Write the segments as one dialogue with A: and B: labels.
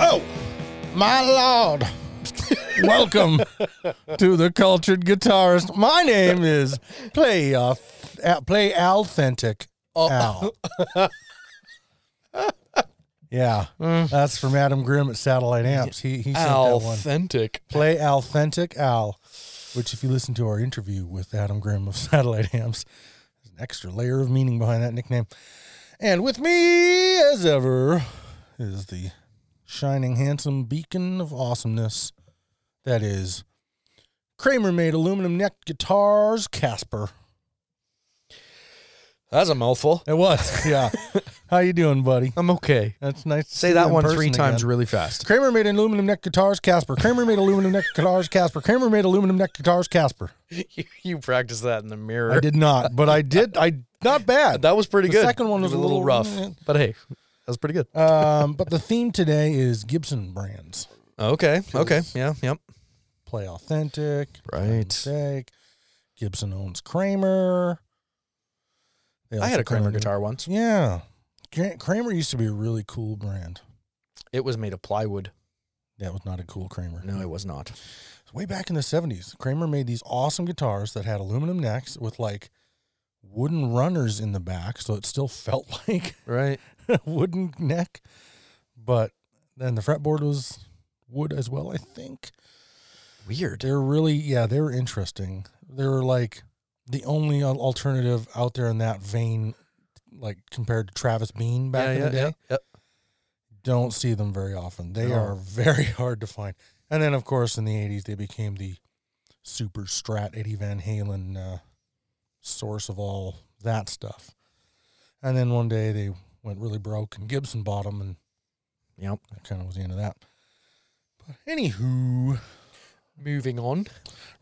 A: Oh, My lord. Welcome to the cultured guitarist. My name is Play uh, uh, Play Authentic Al. yeah, that's from Adam Grimm at Satellite Amps. He he sent that one.
B: Authentic.
A: Play Authentic Al, which if you listen to our interview with Adam Grimm of Satellite Amps, there's an extra layer of meaning behind that nickname. And with me, as ever, is the shining, handsome beacon of awesomeness that is Kramer made aluminum neck guitars, Casper.
B: That's a mouthful.
A: It was, yeah. How you doing, buddy?
B: I'm okay.
A: That's nice. to see
B: Say
A: you
B: that
A: in
B: one
A: person
B: three
A: again.
B: times really fast.
A: Kramer made aluminum neck guitars, Casper. Kramer made aluminum neck guitars, Casper. Kramer made aluminum neck guitars, Casper.
B: You, you practice that in the mirror.
A: I did not, but I did. I not bad.
B: That was pretty
A: The
B: good.
A: second one
B: It
A: was a little-
B: rough,
A: yeah.
B: but hey, that was pretty good.
A: Um, but the theme today is Gibson brands.
B: Okay. Okay. Yeah. Yep.
A: Play authentic.
B: Right.
A: Mistake. Gibson owns Kramer. They
B: I had
A: also
B: a Kramer
A: own-
B: guitar once.
A: Yeah, Kra- Kramer used to be a really cool brand.
B: It was made of plywood.
A: That was not a cool Kramer.
B: No, it was not.
A: Way back in the seventies, Kramer made these awesome guitars that had aluminum necks with like wooden runners in the back, so it still felt like
B: Right.
A: a wooden neck, but then the fretboard was wood as well, I think.
B: Weird.
A: They're really, yeah, they were interesting. They were like the only al- alternative out there in that vein, like compared to Travis Bean back
B: yeah,
A: in
B: yeah,
A: the day.
B: yeah, yep.
A: Don't see them very often. They
B: No.
A: are very hard to find. And then, of course, in the 80s, they became the super strat Eddie Van Halen uh, source of all that stuff. And then one day they went really broke and Gibson bought them and
B: Yep.
A: that kind of was the end of that. But anywho,
B: Moving on.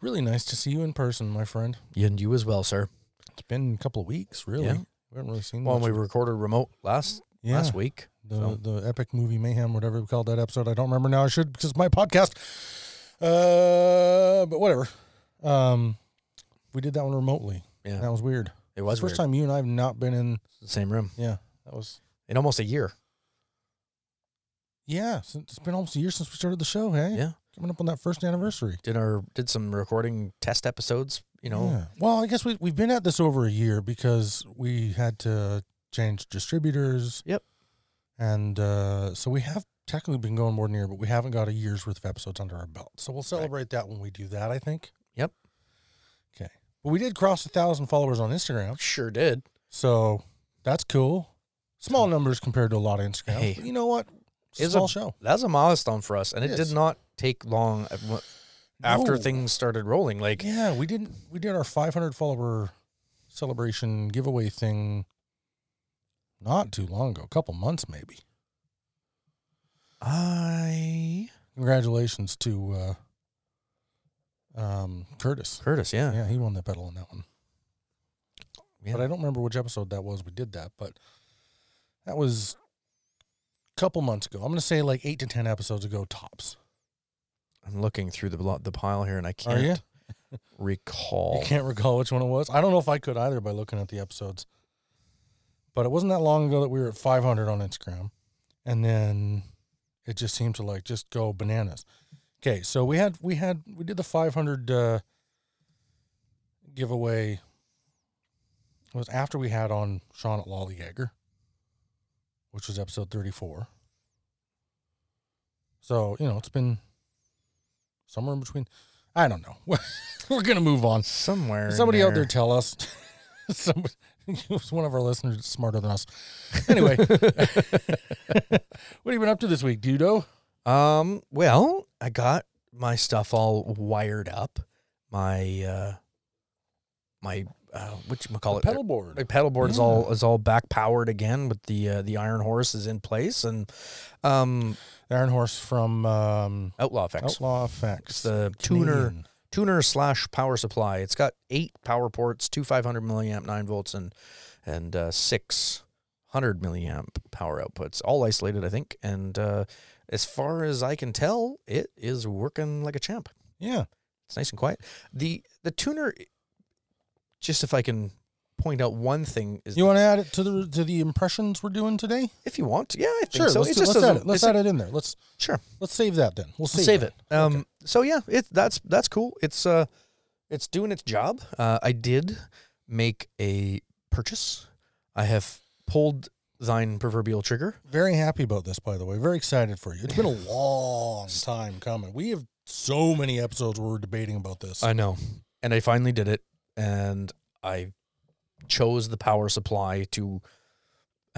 A: really nice to see you in person, my friend.
B: And you as well, sir.
A: It's been a couple of weeks, really.
B: Yeah.
A: We haven't really seen
B: Well,
A: much.
B: we recorded remote last
A: yeah,
B: last week.
A: the
B: so.
A: the epic movie mayhem, whatever we called that episode. I don't remember now. I should because it's my podcast. Uh, but whatever. Um, we did that one remotely.
B: Yeah.
A: That was weird.
B: It was
A: first
B: weird.
A: time you and I have not been in.
B: Same room
A: Yeah, that was.
B: in almost a year.
A: Yeah, since, it's been almost a year since we started the show. Hey,
B: Yeah.
A: coming up on that first anniversary.
B: Did our did some recording test episodes. You know.
A: Yeah. Well, I guess we we've been at this over a year because we had to change distributors.
B: Yep.
A: And uh, so we have technically been going more than a year, but we haven't got a year's worth of episodes under our belt. So we'll celebrate that when we do that, I think.
B: Yep.
A: Okay. But we did cross a thousand followers on Instagram,
B: Sure did.
A: so that's cool. Small numbers compared to a lot of Instagram.
B: Hmm. Hey.
A: but you know what?
B: It's
A: Small
B: a-
A: show.
B: That's a milestone for us, and it,
A: It is.
B: did not take long af- wh- after
A: No.
B: things started rolling. Like
A: Yeah, we didn't. We did our 500 follower celebration giveaway thing not too long ago, a couple months maybe.
B: I
A: Congratulations to uh, um, Curtis.
B: Curtis, yeah,
A: Yeah, he won the pedal on that one.
B: Yeah.
A: But I don't remember which episode that was. We did that, but that was a couple months ago. I'm going to say like eight to 10 episodes ago, tops.
B: I'm looking through the blo- the pile here, and I
A: Are you?
B: can't recall.
A: I can't recall which one it was. I don't know if I could either by looking at the episodes. But it wasn't that long ago that we were at 500 on Instagram. And then it just seemed to like just go bananas. Okay, so we had we had we did the 500 uh giveaway. It was after we had on Sean at Lollygagger, which was episode 34. So, you know, it's been somewhere in between I don't know. We're going to move on.
B: Somewhere in
A: Somebody out there tell us. Somebody, it was one of our listeners that's smarter than us. Anyway, what have you been up to this week, Dudo?
B: Um, well, I got my stuff all wired up. My uh my uh what you call it?
A: Pedal board.
B: My pedal board is
A: Yeah.
B: all is all back powered again with the uh, the iron horse is in place and um
A: Iron Horse from um,
B: Outlaw effects.
A: Outlaw Effects.
B: It's the tuner
A: Canadian.
B: tuner slash power supply. It's got eight power ports, two 500 milliamp 9 volts and and uh, six 100 milliamp power outputs, all isolated, I think. And uh, as far as I can tell, it is working like a champ.
A: Yeah.
B: It's nice and quiet. the The tuner, just if I can point out one thing is
A: You want to add it to the to the impressions we're doing today?
B: if you want, yeah, I think
A: Sure.
B: so.
A: let's
B: It
A: do-
B: just
A: let's add
B: doesn't-
A: it. Let's
B: it's-
A: add it in there. Let's
B: Sure.
A: let's save that then. We'll save,
B: save
A: that.
B: it. Um, So yeah, it that's that's cool. It's uh, it's doing its job. Uh, I did make a purchase. I have pulled thine proverbial trigger.
A: Very happy about this, by the way. Very excited for you. It's been a long time coming. We have so many episodes where we're debating about this.
B: I know, and I finally did it, and I chose the power supply to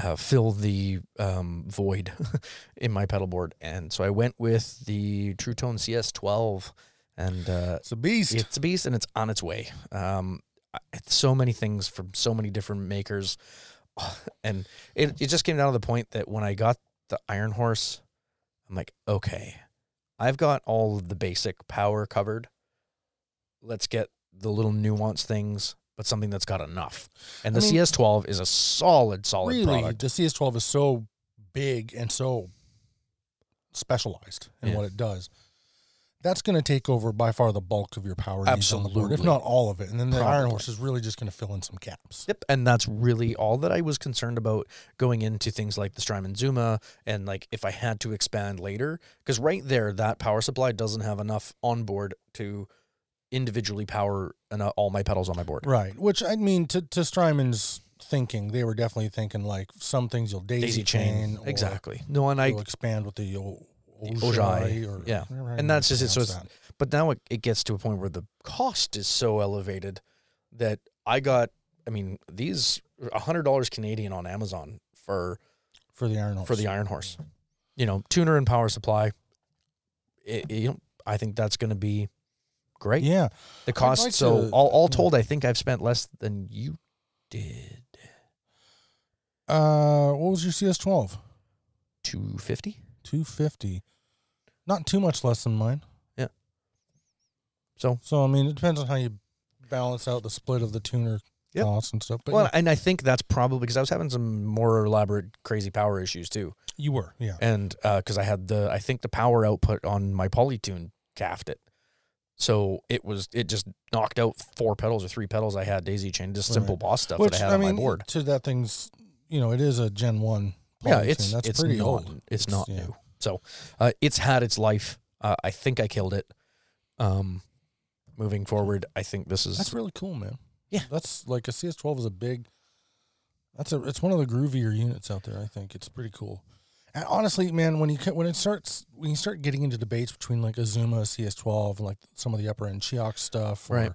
B: uh, fill the um, void in my pedalboard, and so I went with the True Tone CS12, and uh,
A: it's a beast.
B: It's a beast and it's on its way. Um, I- it's so many things from so many different makers. And it, it just came down to the point that when I got the Iron Horse, I'm like, okay, I've got all of the basic power covered. Let's get the little nuanced things, but something that's got enough. And
A: I
B: the
A: mean,
B: CS12 is a solid, solid
A: really,
B: product.
A: the CS12 is so big and so specialized in
B: Yeah.
A: what it does. That's going to take over by far the bulk of your power needs on the board, if
B: Absolutely.
A: not all of it. And then the Iron
B: Probably.
A: Horse is really just going to fill in some gaps.
B: Yep, and that's really all that I was concerned about going into things like the Strymon Zuma and like if I had to expand later, because right there that power supply doesn't have enough on board to individually power and all my pedals on my board.
A: Right. Which I mean, to to Strymon's thinking, they were definitely thinking like some things you'll daisy,
B: Daisy
A: chain,
B: chain,
A: or
B: exactly. No, and I
A: you'll expand with the o-
B: The
A: ojai,
B: ojai,
A: or
B: yeah.
A: whatever
B: And
A: you
B: that's just it. So
A: pronounce
B: it's- but now it, it gets to a point where the cost is so elevated that I got. I mean, these hundred dollars Canadian on Amazon for
A: that for the iron horse.
B: for the Iron Horse. You know, tuner and power supply. It, it- you know, I think that's going to be great.
A: yeah.
B: The cost.
A: like
B: so
A: to-
B: all, all
A: yeah.
B: told, I think I've spent less than you did.
A: Uh, what was your CS twelve?
B: Two fifty.
A: Two fifty. Not too much less than mine.
B: Yeah. So-
A: so I mean, it depends on how you balance out the split of the tuner
B: Yep.
A: costs and stuff. But
B: Well,
A: yeah,
B: and I think that's probably because I was having some more elaborate, crazy power issues too,
A: you were, yeah.
B: and because I had the, I think the power output on my Polytune capped it. So it was it just knocked out four pedals or three pedals I had daisy chain just simple
A: Right.
B: boss stuff
A: Which
B: that I had on my board.
A: to that thing's, you know, it is a Gen one.
B: yeah,
A: Polytune.
B: it's
A: that's
B: it's
A: pretty
B: not,
A: old.
B: It's,
A: It's-
B: not
A: yeah.
B: new. So uh, it's had its life. Uh, I think I killed it. Um, moving forward, I think this is
A: That's really cool, man.
B: Yeah.
A: that's like a CS12 is a big. That's a. It's one of the groovier units out there. I think it's pretty cool. And honestly, man, when you ca- when it starts when you start getting into debates between like Azuma CS12 and like some of the upper end Chiox stuff, or,
B: Right.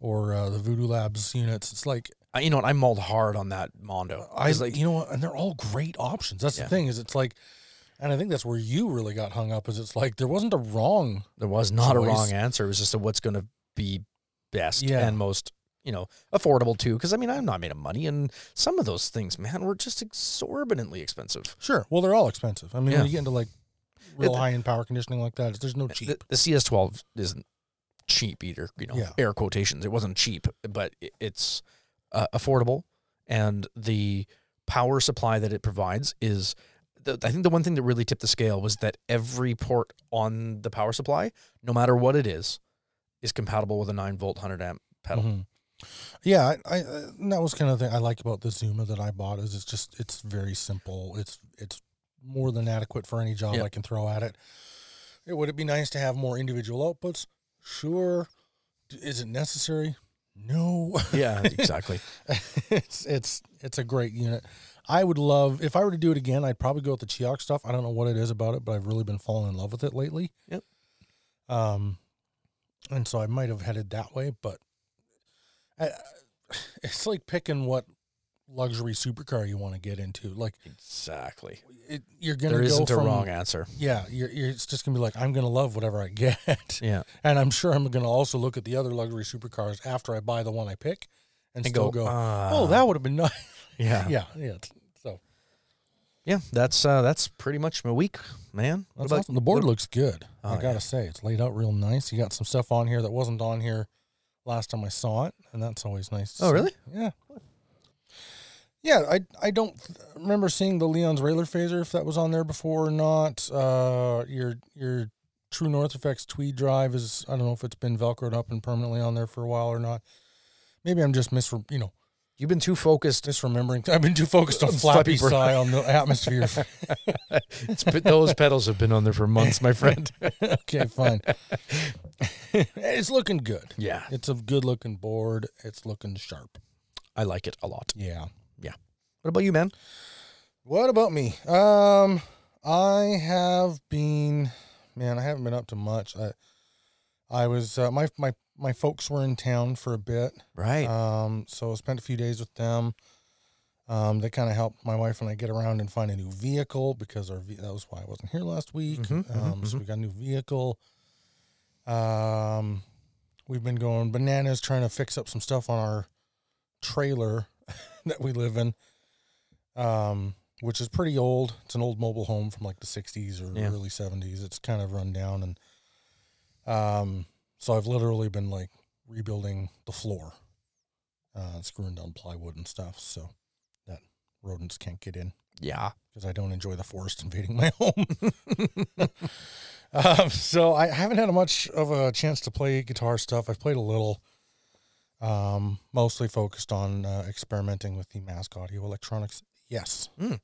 A: Or uh, the Voodoo Labs units. It's like
B: I, you know what I mauled hard on that Mondo.
A: I
B: was like
A: you know what, and they're all great options. That's
B: Yeah.
A: the thing is it's like, and I think that's where you really got hung up. Is it's like there wasn't a wrong
B: there was not a
A: choice.
B: wrong answer. It was just a what's going to be best
A: Yeah.
B: and most you know affordable too. Because I mean I'm not made of money, and some of those things, man, were just exorbitantly expensive.
A: Sure. Well, they're all expensive. I mean,
B: Yeah.
A: when you get into like real
B: It-
A: high end power conditioning like that, there's no cheap.
B: The, the CS12 isn't cheap either, you know,
A: Yeah.
B: air quotations. It wasn't cheap, but i- it's uh, affordable. And the power supply that it provides is, the, I think the one thing that really tipped the scale was that every port on the power supply, no matter what it is, is compatible with a 9 volt 100 amp pedal.
A: Mhm. Yeah, I, I and that was kind of the thing I like about the Zuma that I bought is it's just it's very simple. It's it's more than adequate for any job
B: Yeah.
A: I can throw at it. it. Would it be nice to have more individual outputs? Sure. D- Is it necessary? No.
B: Yeah, exactly.
A: it's it's it's a great unit. I would love if I were to do it again. I'd probably go with the Chioc stuff. I don't know what it is about it, but I've really been falling in love with it lately.
B: Yep.
A: Um, and so I might have headed that way, but I, it's like picking what luxury supercar you want to get into. Like
B: exactly.
A: it, you're gonna
B: There
A: go
B: isn't a
A: from-
B: wrong answer.
A: Yeah, you're, you're, it's just gonna be like I'm gonna love whatever I get,
B: Yeah.
A: and I'm sure I'm gonna also look at the other luxury supercars after I buy the one I pick, and,
B: And
A: still
B: go,
A: go,
B: "Ah."
A: oh, that would have been nice.
B: yeah.
A: yeah, yeah. it's- So
B: Yeah, that's uh, that's pretty much my week, man. What
A: that's
B: about-
A: awesome. The board looks good.
B: Oh,
A: I
B: yeah.
A: gotta say, it's laid out real nice. You got some stuff on here that wasn't on here last time I saw it, and that's always nice. to
B: Oh,
A: see.
B: really?
A: Yeah. Yeah, I I don't th- remember seeing the Leon's Railer phaser if that was on there before or not. Uh, your your True North Effects Tweed Drive is I don't know if it's been velcroed up and permanently on there for a while or not. Maybe I'm just misre you know
B: You've been too focused.
A: Just remembering, I've been too focused on flappy
B: Flappy Bird.
A: sigh on the atmosphere.
B: It's been- those pedals have been on there for months, my friend.
A: okay, fine. it's looking good.
B: yeah,
A: It's a good looking board. It's looking sharp.
B: I like it a lot.
A: Yeah.
B: What about you, man?
A: What about me? Um, I have been, man, I haven't been up to much. I, I was uh, my my my folks were in town for a bit,
B: Right.
A: um, so I spent a few days with them. Um, that kind of helped my wife and I get around and find a new vehicle because our ve- that was why I wasn't here last week.
B: Mhm, mhm,
A: um, so we got a new vehicle. Um, we've been going bananas trying to fix up some stuff on our trailer that we live in, um, which is pretty old. It's an old mobile home from like the 60s or
B: Yeah.
A: early 70s. It's kind of run down. And um, so I've literally been like rebuilding the floor, uh, screwing down plywood and stuff so that rodents can't get in
B: yeah.
A: because I don't enjoy the forest invading my home. um, so I haven't had much of a chance to play guitar stuff. I've played a little, um, mostly focused on uh, experimenting with the Mask Audio Electronics. Yes,
B: Mm.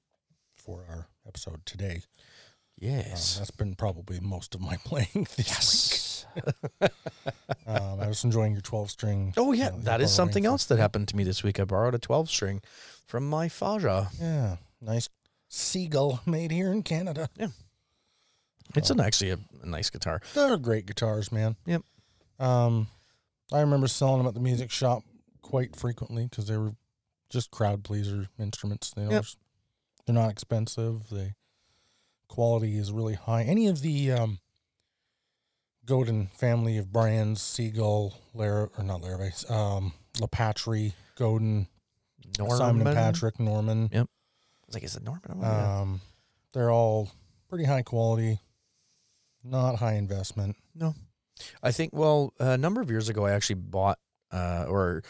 A: for our episode today, Um,
B: Yes.
A: that's been probably most of my playing. This
B: yes.
A: week. Um, I was enjoying your twelve string.
B: Oh yeah,
A: you know, you're
B: that is something
A: borrowing
B: else that happened to me this week. I borrowed a 12 string from my Faja.
A: from- Yeah, nice seagull made here in Canada. Oh.
B: It's an actually a, a nice guitar.
A: They're great guitars, man.
B: Yep.
A: Um, I remember selling them at the music shop quite frequently because they were just crowd pleaser instruments. They
B: Yep.
A: always- they're not expensive. The quality is really high. Any of the um, Godin family of brands, Seagull, Lara or not Larrabee, um, LaPatry, Godin, Simon and Patrick, Norman.
B: I was like, is it Norman? Oh, yeah.
A: Um, they're all pretty high quality. Not high investment.
B: I think, well, a number of years ago, I actually bought, uh, or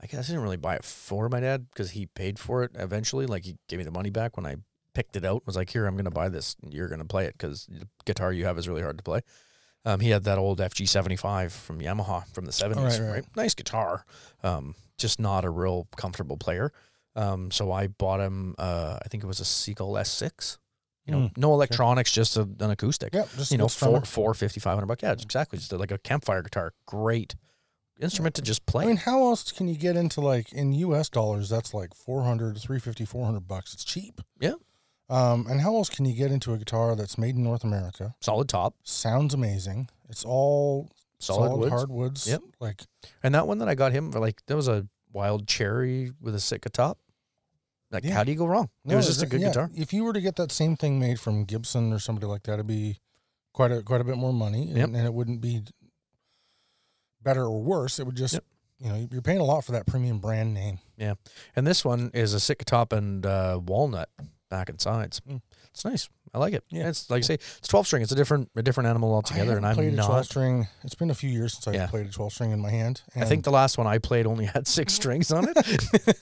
B: I guess I didn't really buy it for my dad because he paid for it eventually. Like, he gave me the money back when I picked it out. was like, here, I'm going to buy this. You're going to play it because the guitar you have is really hard to play. Um, he had that old FG75 from Yamaha from the 70s,
A: right,
B: right?
A: right.
B: Nice guitar, um, just not a real comfortable player. Um, so I bought him, uh, I think it was a Seagull S6. You know, no electronics, just a, an acoustic
A: Yep. Just
B: you know,
A: what's from Mm.
B: four,
A: it.
B: four, fifty, five hundred bucks. Yeah, it's exactly. Just like a campfire guitar, great instrument to just play.
A: I mean, how else can you get into like in US dollars? That's like 400, 350, 400 bucks. It's cheap.
B: Yeah.
A: Um, and how else can you get into a guitar that's made in North America?
B: solid top,
A: Sounds amazing. It's all
B: solid,
A: solid,
B: woods,
A: hardwoods.
B: Yep.
A: Like,
B: and that one that I got him for like that was a wild cherry with a Sitka top. Like,
A: Yeah.
B: how do you go wrong? it was
A: no,
B: just a
A: it's-
B: good
A: yeah,
B: guitar.
A: If you were to get that same thing made from Gibson or somebody like that, it'd be quite a quite a bit more money, and,
B: Yep.
A: and it wouldn't be better or worse. It would just,
B: Yep.
A: you know, you're paying a lot for that premium brand name.
B: And this one is a Sitka top and uh, walnut back and sides.
A: Mm.
B: It's nice. I like it.
A: Yeah.
B: Yeah, it's like I say, it's twelve string. It's a different, a different animal altogether.
A: I
B: and
A: haven't
B: I'm
A: played a twelve
B: not.
A: string. It's been a few years since I've
B: Yeah.
A: played a twelve string in my hand.
B: I think the last one I played only had six strings on it.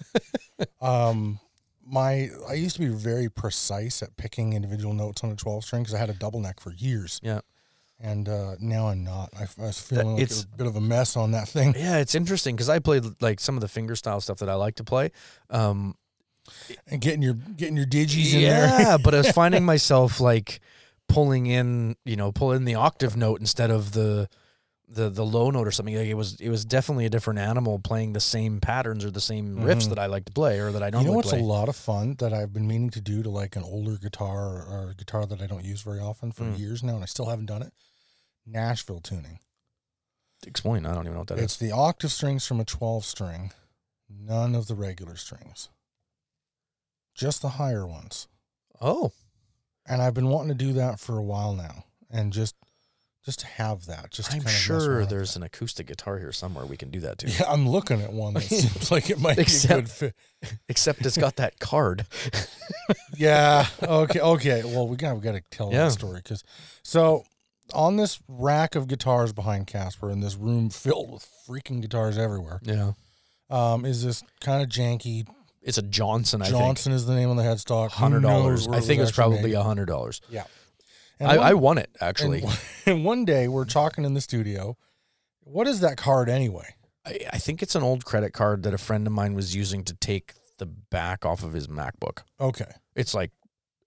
A: Um, my I used to be very precise at picking individual notes on a twelve string because I had a double neck for years.
B: Yeah.
A: and uh, now I'm not. I, I was feeling like
B: it's-
A: a bit of a mess on that thing.
B: yeah, it's interesting because I played like some of the finger style stuff that I like to play. Um,
A: And getting your getting your digis in
B: yeah,
A: there.
B: but I was finding myself like pulling in, you know, pull in the octave note instead of the the the low note or something. Like it was it was definitely a different animal playing the same patterns or the same riffs
A: Mhm.
B: that I like to play or that I
A: You
B: normally
A: know what's
B: play.
A: a lot of fun that I've been meaning to do to like an older guitar or, or a guitar that I don't use very often for
B: Mm.
A: years now, and I still haven't done it. Nashville tuning.
B: Explain. I don't even know what that is.
A: it's the octave strings from a 12 string, none of the regular strings, just the higher ones.
B: Oh,
A: and I've been wanting to do that for a while now, and just just to have that. Just to
B: I'm
A: kind of mess around
B: sure
A: with
B: there's an acoustic guitar here somewhere we can do that
A: that.
B: to.
A: Yeah, I'm looking at one that seems like it might be a
B: Except-
A: good fit.
B: Except it's got that card.
A: Yeah. Okay. Okay. Well, we got we got to tell
B: Yeah.
A: that story because so on this rack of guitars behind Casper in this room filled with freaking guitars everywhere
B: Yeah.
A: um, is this kind of janky.
B: It's a Johnson, I think.
A: Johnson is the name on the headstock. Who
B: Hundred
A: knows
B: dollars.
A: where
B: I think it was
A: actually
B: probably
A: made.
B: a hundred dollars.
A: And
B: I,
A: one-
B: I won it actually.
A: And, and one day we're talking in the studio. What is that card anyway?
B: I, I think it's an old credit card that a friend of mine was using to take the back off of his MacBook.
A: Okay.
B: It's like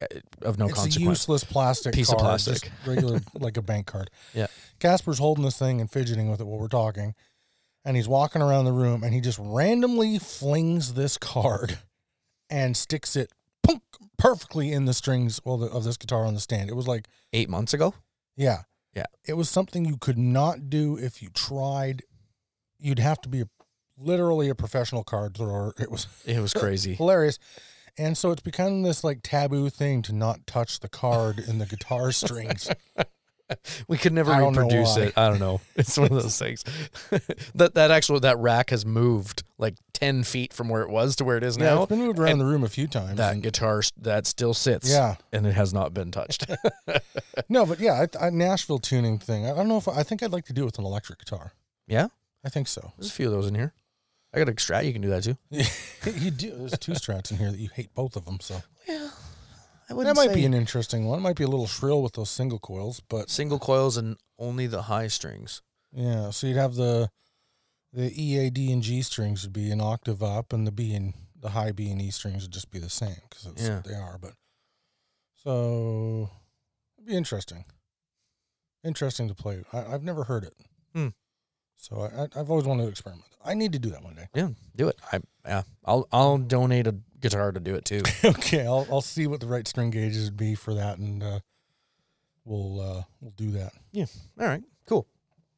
B: uh, of no
A: it's a
B: consequence.
A: useless plastic
B: Piece of
A: card, just
B: plastic.
A: regular like a bank card.
B: Yeah.
A: Casper's holding this thing and fidgeting with it while we're talking, and he's walking around the room and he just randomly flings this card and sticks it punk, perfectly in the strings well the, of this guitar on the stand. It was like
B: Eight months ago,
A: yeah.
B: Yeah.
A: It was something you could not do if you tried. You'd have to be a, literally a professional card thrower. It was
B: it was crazy.
A: hilarious. And so it's become this like taboo thing to not touch the card in the guitar strings.
B: We could never
A: I don't know
B: reproduce
A: why.
B: it. I don't know. It's one of those things. that that actual that rack has moved like ten feet from where it was to where it is
A: yeah,
B: now.
A: it's been moved around the room a few times.
B: that
A: and-
B: guitar s- that still sits.
A: Yeah.
B: and it has not been touched.
A: no, but yeah, I, I, Nashville tuning thing. I, I don't know if I, think I'd like to do it with an electric guitar.
B: yeah,
A: I think so.
B: there's a few of those in here. I got a strat. You can do that too.
A: you do. There's two strats in here that you hate both of them. So
B: Yeah, I
A: that might be an interesting one. It might be a little shrill with those single coils, but
B: single coils and only the high strings.
A: yeah. So you'd have the the E, A, D, and G strings would be an octave up, and the B and the high B and E strings would just be the same because that's
B: Yeah.
A: what they are. But so it'd be interesting, interesting to play. I, I've never heard it,
B: Hmm.
A: so I, I, I've always wanted to experiment. I need to do that one day.
B: Yeah, do it. I yeah, I'll I'll donate a guitar to do it too.
A: okay, I'll I'll see what the right string gauges would be for that, and uh, we'll uh, we'll do that.
B: All right, cool.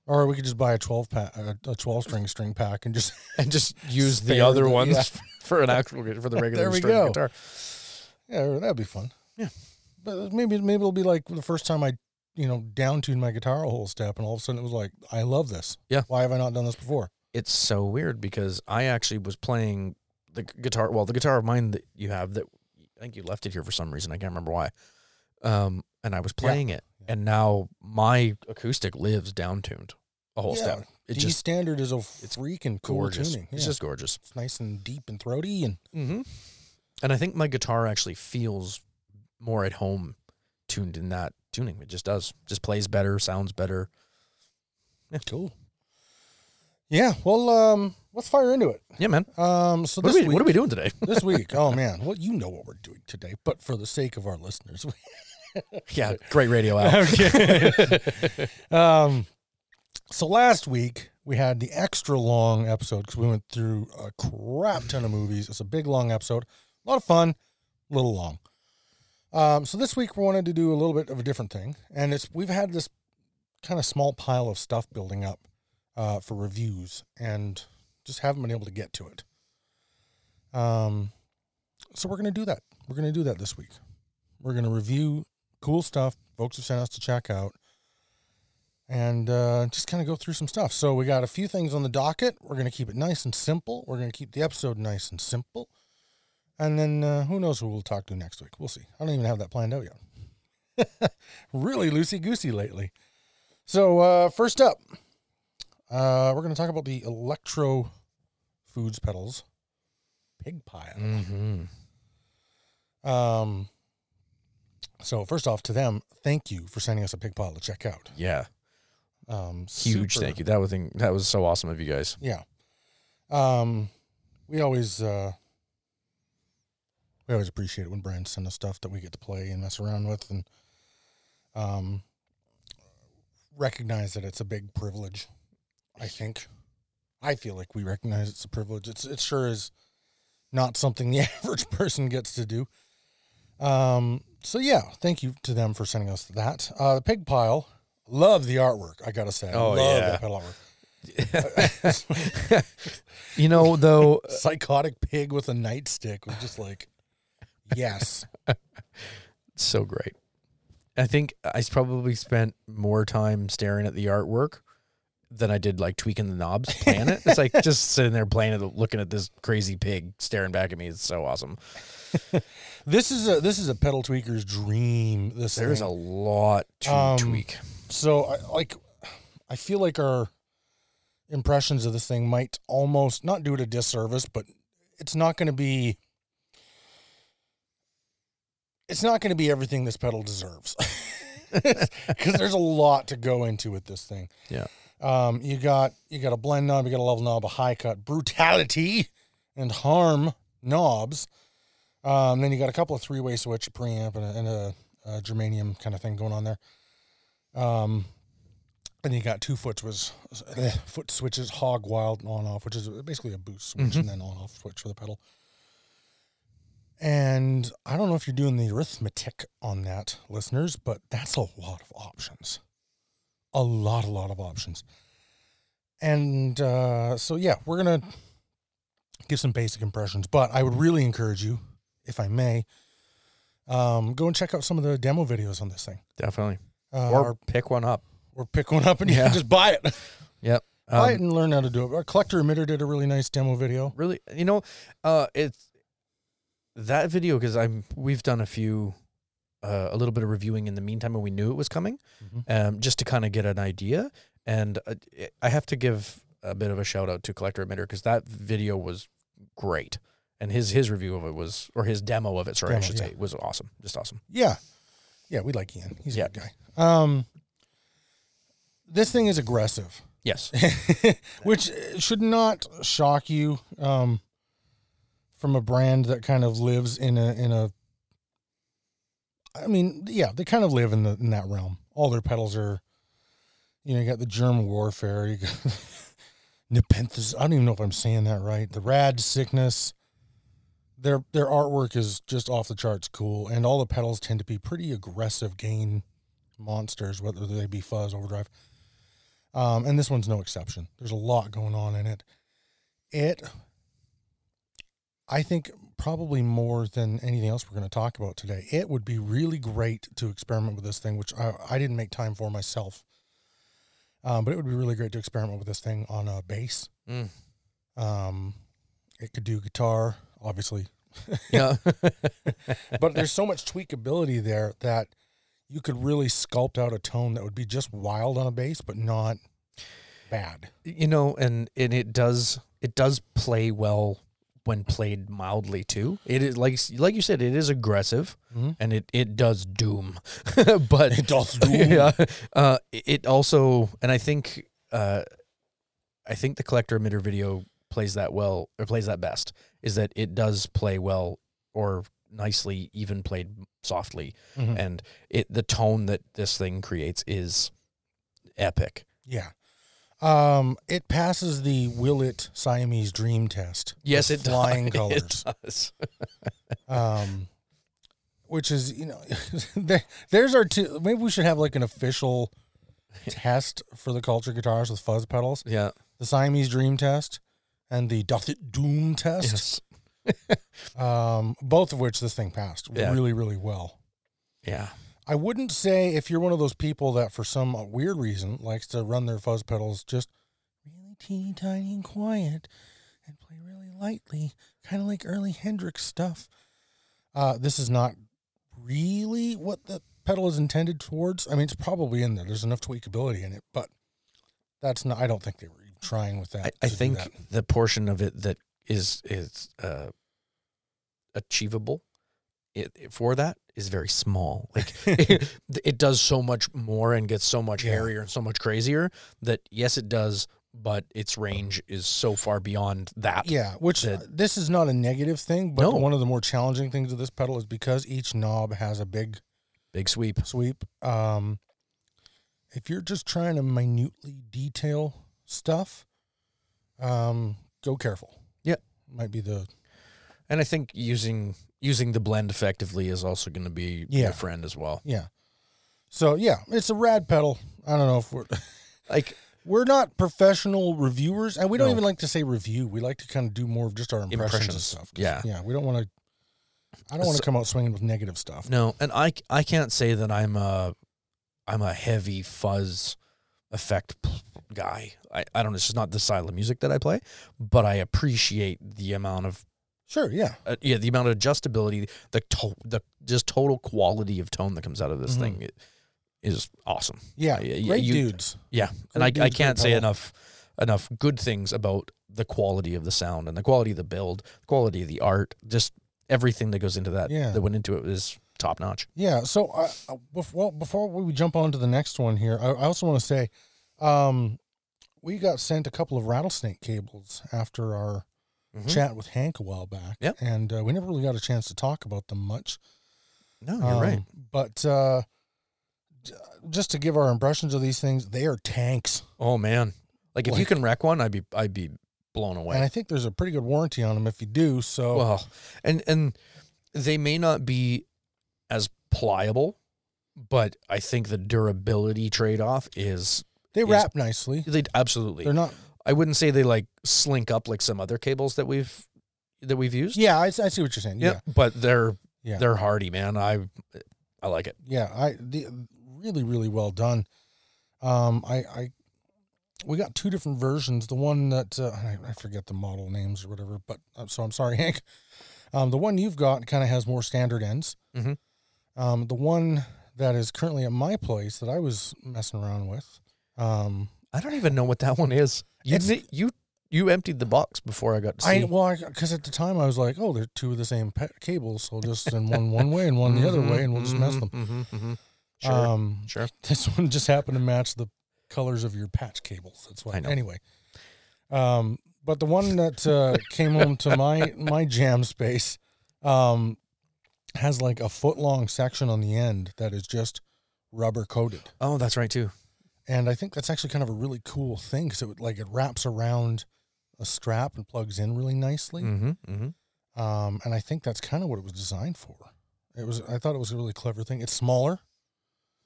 A: Or we could just buy a twelve pack, uh, a twelve string string pack, and just
B: And just use the
A: Spare
B: other
A: the-
B: ones
A: yeah.
B: for an actual gu- for the regular
A: There we
B: string
A: go.
B: guitar.
A: Yeah, that'd be fun.
B: Yeah.
A: But uh, maybe maybe it'll be like the first time I, you know, down tuned my guitar a whole step, and all of a sudden it was like, I love this.
B: Yeah.
A: Why have I not done this before?
B: It's so weird because I actually was playing the gu- guitar. Well, the guitar of mine that you have that I think you left it here for some reason. I can't remember why. Um, and I was
A: Yeah.
B: playing it, and now my acoustic lives down tuned a whole
A: Yeah.
B: step. It
A: D
B: just
A: standard is a
B: it's
A: freaking cool
B: gorgeous.
A: tuning.
B: It's
A: Yeah.
B: just gorgeous.
A: it's nice and deep and throaty, and
B: Mm-hmm. And I think my guitar actually feels more at home tuned in that tuning. It just does. Just plays better, sounds better.
A: cool. Yeah. Well, um, let's fire into it.
B: Yeah, man.
A: Um, so
B: What
A: this
B: are, we,
A: week,
B: what are we doing today?
A: this week, oh man, well you know what we're doing today, but for the sake of our listeners, we
B: yeah, great radio out.
A: okay. um, so last week we had the extra long episode because we went through a crap ton of movies. It's a big long episode, a lot of fun, a little long. Um, so this week we wanted to do a little bit of a different thing, and it's we've had this kind of small pile of stuff building up uh, for reviews, and just haven't been able to get to it. Um, so we're gonna do that. We're gonna do that this week. We're gonna review cool stuff folks have sent us to check out and uh, just kind of go through some stuff. So we got a few things on the docket. We're going to keep it nice and simple. We're going to keep the episode nice and simple. And then uh, who knows who we'll talk to next week. We'll see. I don't even have that planned out yet. really loosey goosey lately. So, uh, first up, uh, we're going to talk about the Electro Foods Pedals Pig Pile.
B: mm-hmm.
A: Um, so first off, to them, thank you for sending us a pig pile to check out.
B: Yeah,
A: Um,
B: huge
A: super-
B: thank you. That was thing, that was so awesome of you guys.
A: Yeah. Um, we always uh, we always appreciate it when brands send us stuff that we get to play and mess around with, and um, recognize that it's a big privilege. I think, I feel like we recognize it's a privilege. It's it sure is not something the average person gets to do. Um, so yeah, thank you to them for sending us that. Uh, the pig pile, love the artwork. I gotta say, I
B: Oh,
A: love
B: yeah.
A: that pedal artwork.
B: you know, though,
A: psychotic pig with a nightstick was just like, yes,
B: it's so great. I think I s- probably spent more time staring at the artwork than I did like tweaking the knobs playing it. It's like just sitting there playing it, looking at this crazy pig staring back at me. It's so awesome.
A: this is a this is a pedal tweaker's dream. This
B: There's
A: thing.
B: a lot to
A: Um,
B: tweak.
A: so I, like, I feel like our impressions of this thing might almost not do it a disservice, but it's not going to be. It's not going to be everything this pedal deserves, because there's a lot to go into with this thing.
B: Yeah.
A: Um, you got you got a blend knob, you got a level knob, a high cut, brutality, and harm knobs. Um, then you got a couple of three way switch, a preamp, and a, and a, a germanium kind of thing going on there. Um, and you got two foot was foot switches, hog wild and on off, which is basically a boost switch and then on off switch for the pedal. And I don't know if you're doing the arithmetic on that, listeners, but that's a lot of options. A lot, a lot of options. And uh, so, yeah, we're going to give some basic impressions, but I would really encourage you, if I may, um, go and check out some of the demo videos on this thing.
B: Definitely.
A: Uh,
B: or
A: or,
B: pick one up.
A: or pick one up and yeah,
B: Yeah.
A: just buy it.
B: Yep.
A: buy
B: Um,
A: it and learn how to do it. Our collector emitter did a really nice demo video.
B: really you know uh it's that video because i'm we've done a few uh, a little bit of reviewing in the meantime and we knew it was coming
A: Mhm.
B: um just to kind of get an idea and uh, it- i have to give a bit of a shout out to collector emitter because that video was great and his his review of it was or his demo of it sorry i
A: Demo,
B: should
A: yeah.
B: say was awesome just awesome
A: Yeah. Yeah, we like Ian. He's
B: Yeah.
A: a good guy. Um, this thing is aggressive,
B: yes
A: which uh, should not shock you um, from a brand that kind of lives in a in a. I mean, yeah, they kind of live in the in that realm. All their pedals are, you know, you got the germ warfare. You got Nepenthes. I don't even know if I'm saying that right. The rad sickness. Their their artwork is just off the charts cool, and all the pedals tend to be pretty aggressive gain monsters, whether they be fuzz overdrive. Um, and this one's no exception. There's a lot going on in it. It, I think, probably more than anything else we're going to talk about today, it would be really great to experiment with this thing, which I, I didn't make time for myself. Um, but it would be really great to experiment with this thing on a bass.
B: Mm.
A: Um, it could do guitar, obviously,
B: yeah
A: but there's so much tweakability there that you could really sculpt out a tone that would be just wild on a bass, but not bad.
B: you know and and it does it does play well when played mildly too it is like like you said it is aggressive
A: Mhm.
B: and it it does doom but
A: doth
B: yeah uh it also and i think uh i think the collector emitter video plays that well or plays that best is that it does play well or nicely even played softly
A: Mhm.
B: and it the tone that this thing creates is epic
A: Yeah. Um, it passes the will it Siamese dream test.
B: yes
A: with
B: it
A: flying
B: does.
A: colors.
B: it does
A: Um, which is you know, there, there's our two. Maybe we should have like an official test for the culture guitars with fuzz pedals:
B: yeah
A: the Siamese dream test and the doth it doom test.
B: Yes.
A: Um, both of which this thing passed
B: Yeah.
A: really, really well.
B: Yeah.
A: I wouldn't say if you're one of those people that for some weird reason likes to run their fuzz pedals just really teeny tiny and quiet and play really lightly, kind of like early Hendrix stuff. Uh, this is not really what the pedal is intended towards. I mean, it's probably in there. There's enough tweakability in it, but that's not. I don't think they were even trying with that.
B: I, I
A: to do
B: think
A: that.
B: the portion of it that is is uh, achievable it, it- for that is very small. Like it, does so much more and gets so much
A: Yeah.
B: hairier and so much crazier that yes, it does, but its range is so far beyond that.
A: Yeah, which
B: that-
A: uh, this is not a negative thing, but
B: No.
A: one of the more challenging things of this pedal is because each knob has a big
B: Big sweep.
A: sweep. Um, if you're just trying to minutely detail stuff, um, go careful.
B: Yeah.
A: might be the
B: And I think using using the blend effectively is also going to be
A: Yeah.
B: your friend as well.
A: yeah. So yeah, it's a rad pedal. I don't know if we're
B: Like
A: we're not professional reviewers, and we don't
B: No.
A: even like to say review. We like to kind of do more of just our impressions, and
B: Impressions,
A: stuff. 'cause,
B: yeah.
A: yeah. We don't want to. I don't want to
B: So-
A: come out swinging with negative stuff.
B: No, and I I can't say that I'm a I'm a heavy fuzz effect p- guy. I, I don't. It's just not the style of music that I play, but I appreciate the amount of
A: Sure, yeah,
B: uh, yeah the amount of adjustability, the to- the just total quality of tone that comes out of this
A: Mhm.
B: thing it is awesome.
A: yeah,
B: Yeah, yeah,
A: great
B: you-
A: dudes.
B: Yeah,
A: Great
B: and I, I
A: dudes, great
B: can't say
A: pedal.
B: enough enough good things about the quality of the sound and the quality of the build, quality of the art, just everything that goes into that
A: Yeah.
B: that went into it is top notch.
A: Yeah. So, uh, uh, bef- well, before we jump on to the next one here, I, I also want to say, um, we got sent a couple of rattlesnake cables after our
B: Mhm.
A: chat with Hank a while back.
B: Yep.
A: And uh, we never really got a chance to talk about them much.
B: No, you're right.
A: Um, But uh, j- just to give our impressions of these things, they are tanks.
B: Oh man, like if you
A: Like-
B: can wreck one, I'd be I'd be blown
A: And
B: away. Oh.
A: I think there's a pretty good warranty on them if you do. So,
B: well, and and they may not be as pliable, but I think the durability trade off is
A: they
B: is-
A: wrap nicely.
B: they absolutely.
A: They're not.
B: I wouldn't say they like slink up like some other cables that we've that we've used.
A: Yeah, I, I see what you're saying. Yeah.
B: but they're
A: Yeah.
B: they're hardy, man. I I like it.
A: yeah i the really really well done um i i we got two different versions the one that uh, I, I forget the model names or whatever but uh, so i'm sorry hank um the one you've got kind of has more standard ends
B: Mhm.
A: um the one that is currently at my place that i was messing around with um
B: I don't even know what that one is. You
A: It's-
B: did- you you emptied the box before I got to see.
A: I well, because at the time I was like, oh, they're two of the same pe- cables, so just send one one way and one the other way, and we'll just mess them.
B: Mm-hmm, Sure,
A: Um,
B: sure.
A: This one just happened to match the colors of your patch cables. That's why.
B: I know.
A: Anyway, um, but the one that uh, came home to my my jam space um, has like a foot long section on the end that is just rubber coated,
B: Oh, that's right too.
A: and I think that's actually kind of a really cool thing because it would, like it wraps around a strap and plugs in really nicely.
B: Mm-hmm, mm-hmm.
A: Um, and I think that's kind of what it was designed for. It was. I thought it was a really clever thing. It's smaller.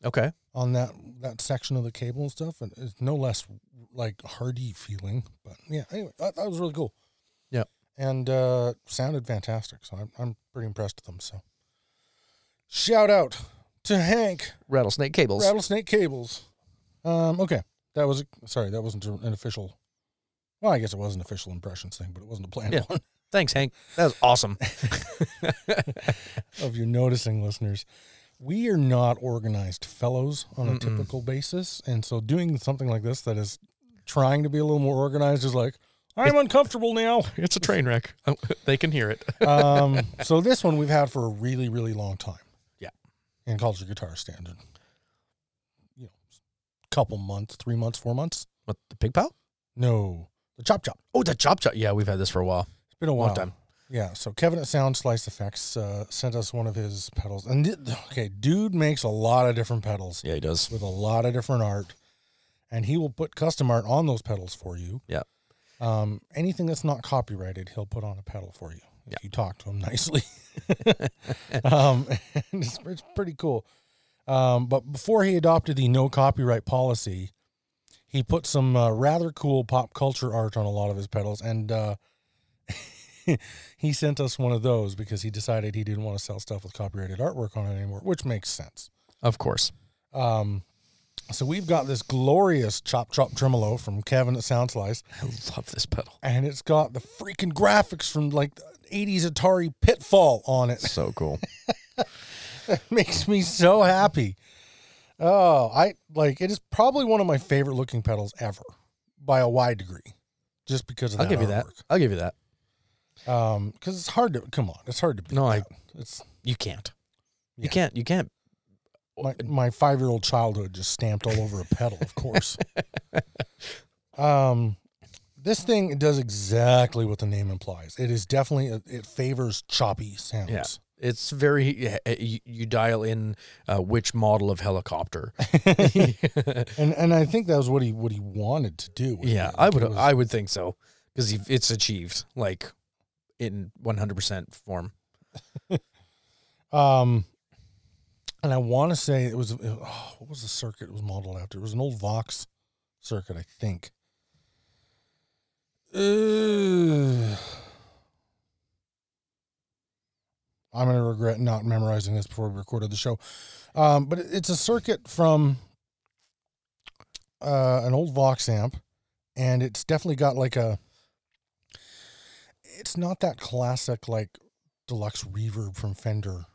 B: Okay.
A: on that that section of the cable and stuff, and it's no less like hardy feeling. But yeah, anyway, that, that was really cool.
B: Yep.
A: and uh, sounded fantastic. So I'm I'm pretty impressed with them. So shout out to Hank
B: Rattlesnake cables.
A: Rattlesnake Cables. Um, okay, that was sorry, that wasn't an official. Well, I guess it was an official impressions thing, but it wasn't a planned
B: Yeah.
A: one.
B: Thanks, Hank. That was awesome.
A: of you noticing, listeners, we are not organized fellows on a
B: Mm-mm.
A: typical basis. And so doing something like this that is trying to be a little more organized is like, I'm uncomfortable now.
B: it's a train wreck. Oh, they can hear it.
A: um, so this one we've had for a really, really long time.
B: Yeah.
A: In culture guitar standard. You know, couple months, three months, four months.
B: What the pig pal?
A: No. The chop chop.
B: Oh, the chop chop. Yeah, we've had this for a while.
A: It's been a
B: Long
A: while.
B: time.
A: Yeah, so Kevin at Sound Slice Effects uh, sent us one of his pedals, and thi- okay, dude makes a lot of different pedals
B: Yeah, he does.
A: with a lot of different art, and he will put custom art on those pedals for you.
B: Yeah.
A: um, anything that's not copyrighted, he'll put on a pedal for you if
B: Yeah.
A: you talk to him nicely. um, and it's, it's pretty cool. Um, but before he adopted the no copyright policy, he put some uh, rather cool pop culture art on a lot of his pedals, and uh, he sent us one of those because he decided he didn't want to sell stuff with copyrighted artwork on it anymore, which makes sense.
B: Of course.
A: Um, so we've got this glorious chop chop tremolo from Kevin at Sound Slice,
B: I love this pedal.
A: and it's got the freaking graphics from like the 80s Atari Pitfall on it.
B: So cool.
A: makes me so happy. Oh, I like it is probably one of my favorite looking pedals ever by a wide degree, just because of that
B: I'll give you that. I'll give you that.
A: that. Um, because it's hard to come on, it's hard to beat
B: No, I-
A: that. it's
B: You can't.
A: Yeah.
B: You can't. You can't.
A: my, my five year old childhood just stamped all over a pedal, of course. um, this thing does exactly what the name implies. It is definitely it favors choppy sounds.
B: Yeah. It's very. yeah, uh, You, you dial in uh, which model of helicopter.
A: And and I think that was what he what he wanted to do. with
B: yeah,
A: it.
B: I
A: Like,
B: would.
A: it was-
B: I would think so because it's achieved like in 100% form.
A: Um, and I want to say it was it- oh, what was the circuit it was modeled after? It was an old Vox circuit, I think. Ugh. I'm gonna regret not memorizing this before we recorded the show, um, but it- it's a circuit from uh, an old Vox amp, and it's definitely got like a. It's not that classic like deluxe reverb from Fender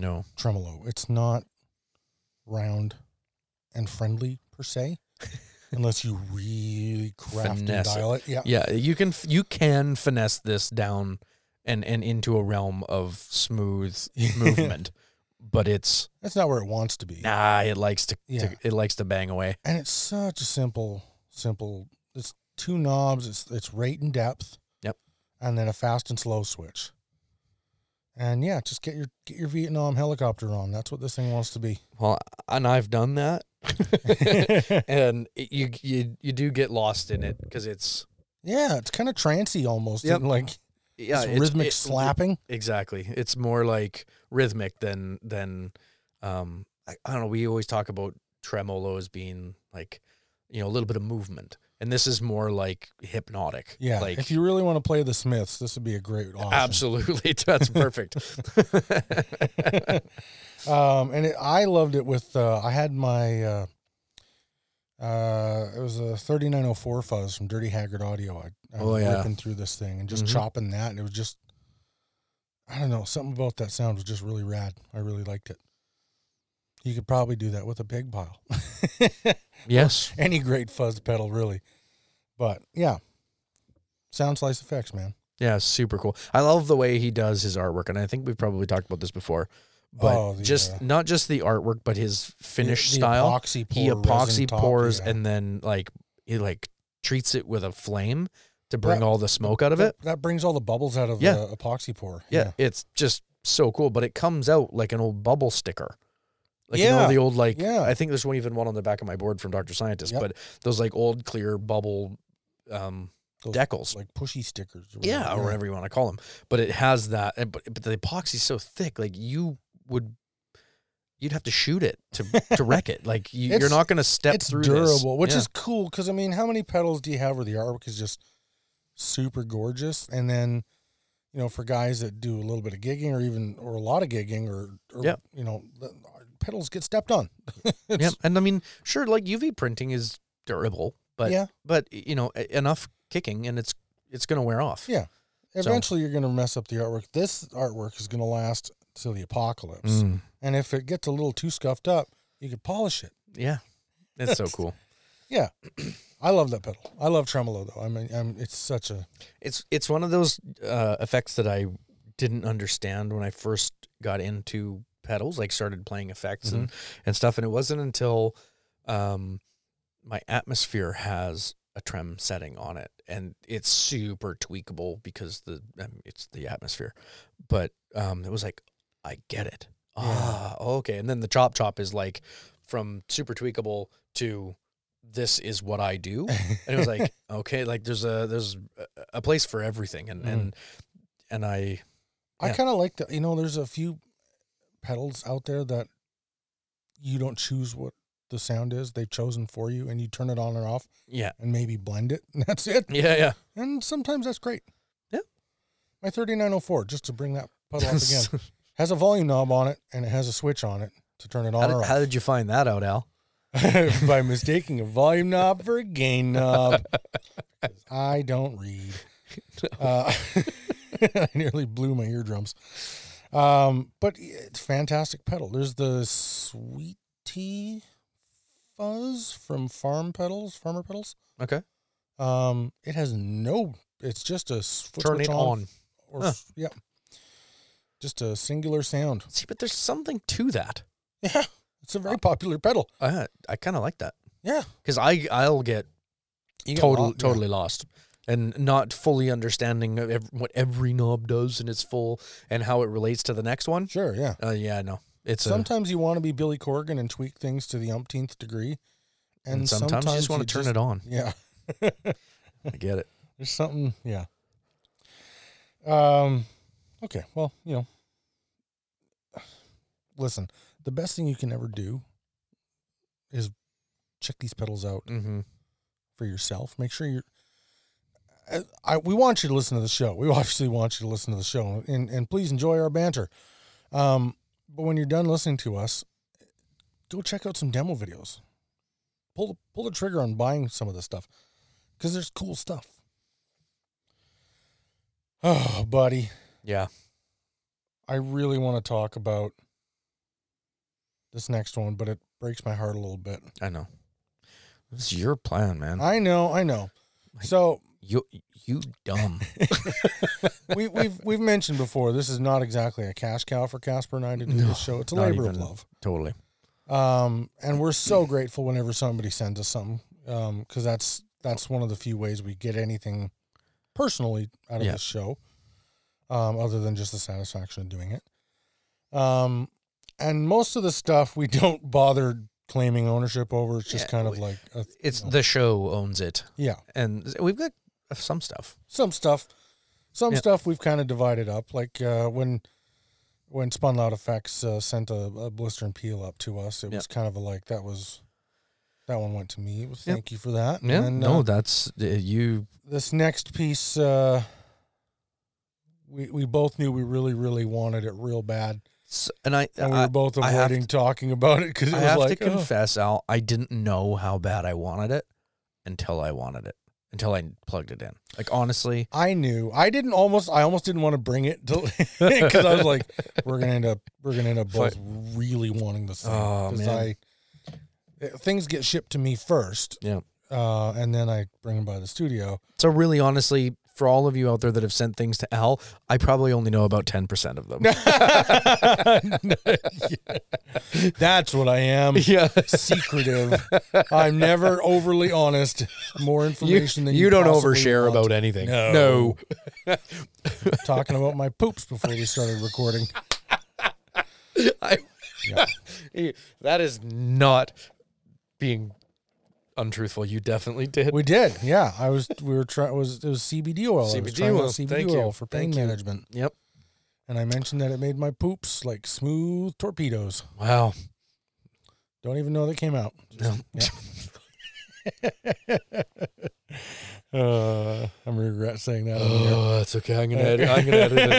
B: No.
A: tremolo. It's not round and friendly per se, unless you really craft
B: Finesse
A: and
B: it.
A: dial it. Yeah.
B: Yeah, you can f- you can finesse this down and and into a realm of smooth movement, but it's
A: that's not where it wants to be.
B: nah, it likes to,
A: Yeah.
B: to it likes to bang away.
A: And it's such a simple, simple two knobs. It's it's rate and depth.
B: Yep.
A: And then a fast and slow switch. And yeah, just get your get your Vietnam helicopter on. That's what this thing wants to be.
B: Well, and I've done that, and it, you you you do get lost in it because it's
A: yeah, it's kind of trancy almost.
B: Yep.
A: isn't it? Like
B: yeah
A: this
B: it's-
A: rhythmic
B: it-
A: slapping.
B: Exactly. It's more like rhythmic than than um I, I don't know, we always talk about tremolos being like you know, a little bit of movement. And this is more like hypnotic.
A: Yeah.
B: Like
A: if you really want to play the Smiths, this would be a great option.
B: absolutely that's perfect.
A: Um, and it, I loved it with uh, I had my uh, uh, it was a 3904 fuzz from Dirty Haggard Audio. I, I
B: Oh,
A: was
B: yeah.
A: ripping through this thing and just
B: Mhm.
A: chopping that, and it was just I don't know something about that sound was just really rad. I really liked it. You could probably do that with a pig pile,
B: yes.
A: any great fuzz pedal, really. But yeah, sound slice effects, man.
B: Yeah, super cool. I love the way he does his artwork and I think we've probably talked about this before. But
A: Oh, the,
B: just
A: uh,
B: not just the artwork but his finish
A: The- the
B: style.
A: epoxy
B: he
A: pour, resin
B: epoxy
A: top,
B: pours
A: yeah.
B: and then like he like treats it with a flame to bring
A: Yeah.
B: all the smoke out of it.
A: that, that brings all the bubbles out of
B: Yeah.
A: the epoxy pour.
B: Yeah, it's just so cool. But it comes out like an old bubble sticker. Like you
A: Yeah,
B: know, the old like
A: yeah.
B: I think there's one even one on the back of my board from Dr. Scientist,
A: Yep.
B: but those like old clear bubble um
A: Those
B: decals.
A: like pushy stickers. or
B: yeah, or whatever you want to call them. But it has that and- but, but the epoxy's so thick, like you would you'd have to shoot it to to wreck it. Like you, you're
A: It's-
B: not gonna step
A: it's
B: through
A: durable,
B: this.
A: which
B: Yeah.
A: is cool because I mean, how many pedals do you have where the artwork is just super gorgeous? And then, you know, for guys that do a little bit of gigging or even or a lot of gigging or, or
B: Yep.
A: you know, the- uh, pedals get stepped on.
B: yeah.
A: It's-
B: And I mean, sure, like UV printing is durable, but
A: yeah,
B: but you know, e- enough kicking and it's it's gonna wear off.
A: Yeah. eventually you're gonna mess up the artwork. This artwork is gonna last till the apocalypse,
B: Mm.
A: and if it gets a little too scuffed up, you could polish it.
B: Yeah. That's so cool.
A: I love that pedal. I love tremolo though. I mean, I'm, it's such a
B: It's it's one of those uh, effects that I didn't understand when I first got into pedals, like started playing effects and, and stuff. And it wasn't until um, my atmosphere has a trem setting on it, and it's super tweakable because the um, it's the atmosphere. But um, it was like I get it. Ah, okay. And then the chop chop is like from super tweakable to this is what I do. and it was like okay like there's a there's a- a place for everything and
A: Mhm.
B: and and i
A: I
B: Yeah.
A: kind of like that. You know, there's a few pedals out there that you don't choose what the sound is; they've chosen for you, and you turn it on or off,
B: yeah
A: and maybe blend it, and that's it.
B: yeah yeah
A: And sometimes that's great.
B: Yeah.
A: My 3904, just to bring that pedal up again, has a volume knob on it, and it has a switch on it to turn it
B: how,
A: on or
B: did, how
A: off.
B: did you find that out al
A: By mistaking a volume knob for a gain knob. I don't read. Uh, I nearly blew my eardrums. Um, but it's fantastic pedal. There's the sweet tea fuzz from Farm Pedals, Farmer Pedals.
B: okay
A: Um, it has no. It's just a s- foot
B: turn
A: switch
B: it on
A: Or,
B: Huh.
A: s- Yeah, just a singular sound.
B: see but there's something to that
A: Yeah, it's a very popular pedal.
B: i i kind of like that
A: Yeah,
B: because i i'll get
A: you get a
B: total
A: lot- yeah.
B: totally lost and not fully understanding of ev- what every knob does in its full and how it relates to the next one
A: Sure, yeah.
B: uh, yeah no it's a
A: Sometimes you want to be Billy Corgan and tweak things to the umpteenth degree, and,
B: and sometimes, you just want to turn it on
A: Yeah,
B: i get it
A: There's something, yeah. Um, okay, well, you know, listen, the best thing you can ever do is check these pedals out
B: mm-hmm.
A: for yourself. Make sure you're. I, I we want you to listen to the show. We obviously want you to listen to the show, and and please enjoy our banter. Um, but when you're done listening to us, go check out some demo videos. Pull the, pull the trigger on buying some of this stuff because there's cool stuff. Oh, buddy.
B: yeah
A: I really want to talk about this next one, but it breaks my heart a little bit.
B: i know this is your plan man
A: I know, I know. So
B: You you dumb.
A: we, we've we've mentioned before this is not exactly a cash cow for Casper and I to do
B: No,
A: this show. It's a
B: not
A: labor of
B: even.
A: love,
B: totally.
A: um, and we're so grateful whenever somebody sends us something because that's that's one of the few ways we get anything personally out of
B: Yeah.
A: this show, um, other than just the satisfaction of doing it. Um, and most of the stuff we don't bother claiming ownership over. It's just
B: Yeah,
A: kind of
B: we-
A: like a,
B: It's
A: No.
B: the show owns it,
A: yeah,
B: and we've got some stuff.
A: some stuff, some
B: Yeah.
A: stuff we've kind of divided up. Like uh, when when Spun Loud Effects uh, sent a, a blister and peel up to us, it
B: Yeah.
A: was kind of a, like that was. That one went to me. It was
B: Yeah.
A: thank you for that.
B: Yeah,
A: then,
B: no,
A: uh,
B: that's uh, you.
A: this next piece uh we we both knew we really really wanted it real bad
B: s- And I,
A: and we
B: I-
A: were both
B: I have
A: avoiding talking about it because it
B: I
A: was
B: have
A: like
B: to
A: "Oh,
B: confess, Al, I didn't know how bad I wanted it until I wanted it, until I plugged it in. Like honestly,
A: I knew I didn't almost I almost didn't want to bring it because I was like we're gonna end up we're gonna end up both really wanting this thing
B: Oh,
A: 'Cause
B: man.
A: I eh, things get shipped to me first
B: Yeah.
A: uh, and then I bring them by the studio
B: so really, honestly, for all of you out there that have sent things to Al, I probably only know about ten percent of them.
A: that's what I am
B: yeah,
A: secretive. I'm never overly honest. More
B: you,
A: information than you
B: you don't
A: possibly
B: overshare
A: want.
B: about anything.
A: No.
B: no.
A: talking about my poops before we started recording.
B: I,
A: Yeah.
B: Eh, that is not being untruthful. You definitely did.
A: We did, yeah. I was we were trying was it was CBD oil. I was
B: CBD
A: trying out
B: oil,
A: CBD
B: thank
A: oil
B: you,
A: for pain
B: thank you.
A: management,
B: yep.
A: and I mentioned that it made my poops like smooth torpedoes.
B: Wow.
A: Don't even know that came out.
B: No.
A: Uh, I'm regret saying that. on here.
B: Oh, that's okay. I'm gonna edit, I'm gonna edit it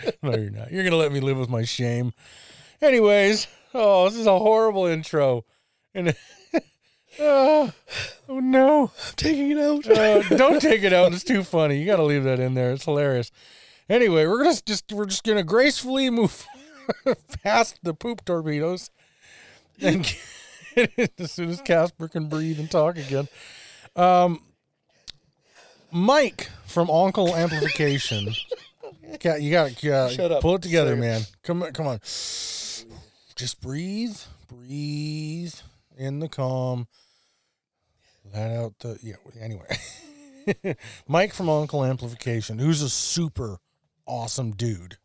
B: out.
A: no, you're not. You're gonna let me live with my shame. Anyways, oh, this is a horrible intro, and oh, oh no,
B: I'm taking it out.
A: Uh, don't take it out. It's too funny. You gotta leave that in there. It's hilarious. Anyway, we're gonna just we're just gonna gracefully move past the poop torpedoes, and as soon as Casper can breathe and talk again, um, Mike from Uncle Amplification. Cat, you got uh,
B: Shut up.
A: Pull it together,
B: Sorry.
A: man. Come on, come on. Just breathe, breathe in the calm. Let out the yeah. Anyway, Mike from Uncle Amplification, who's a super awesome dude.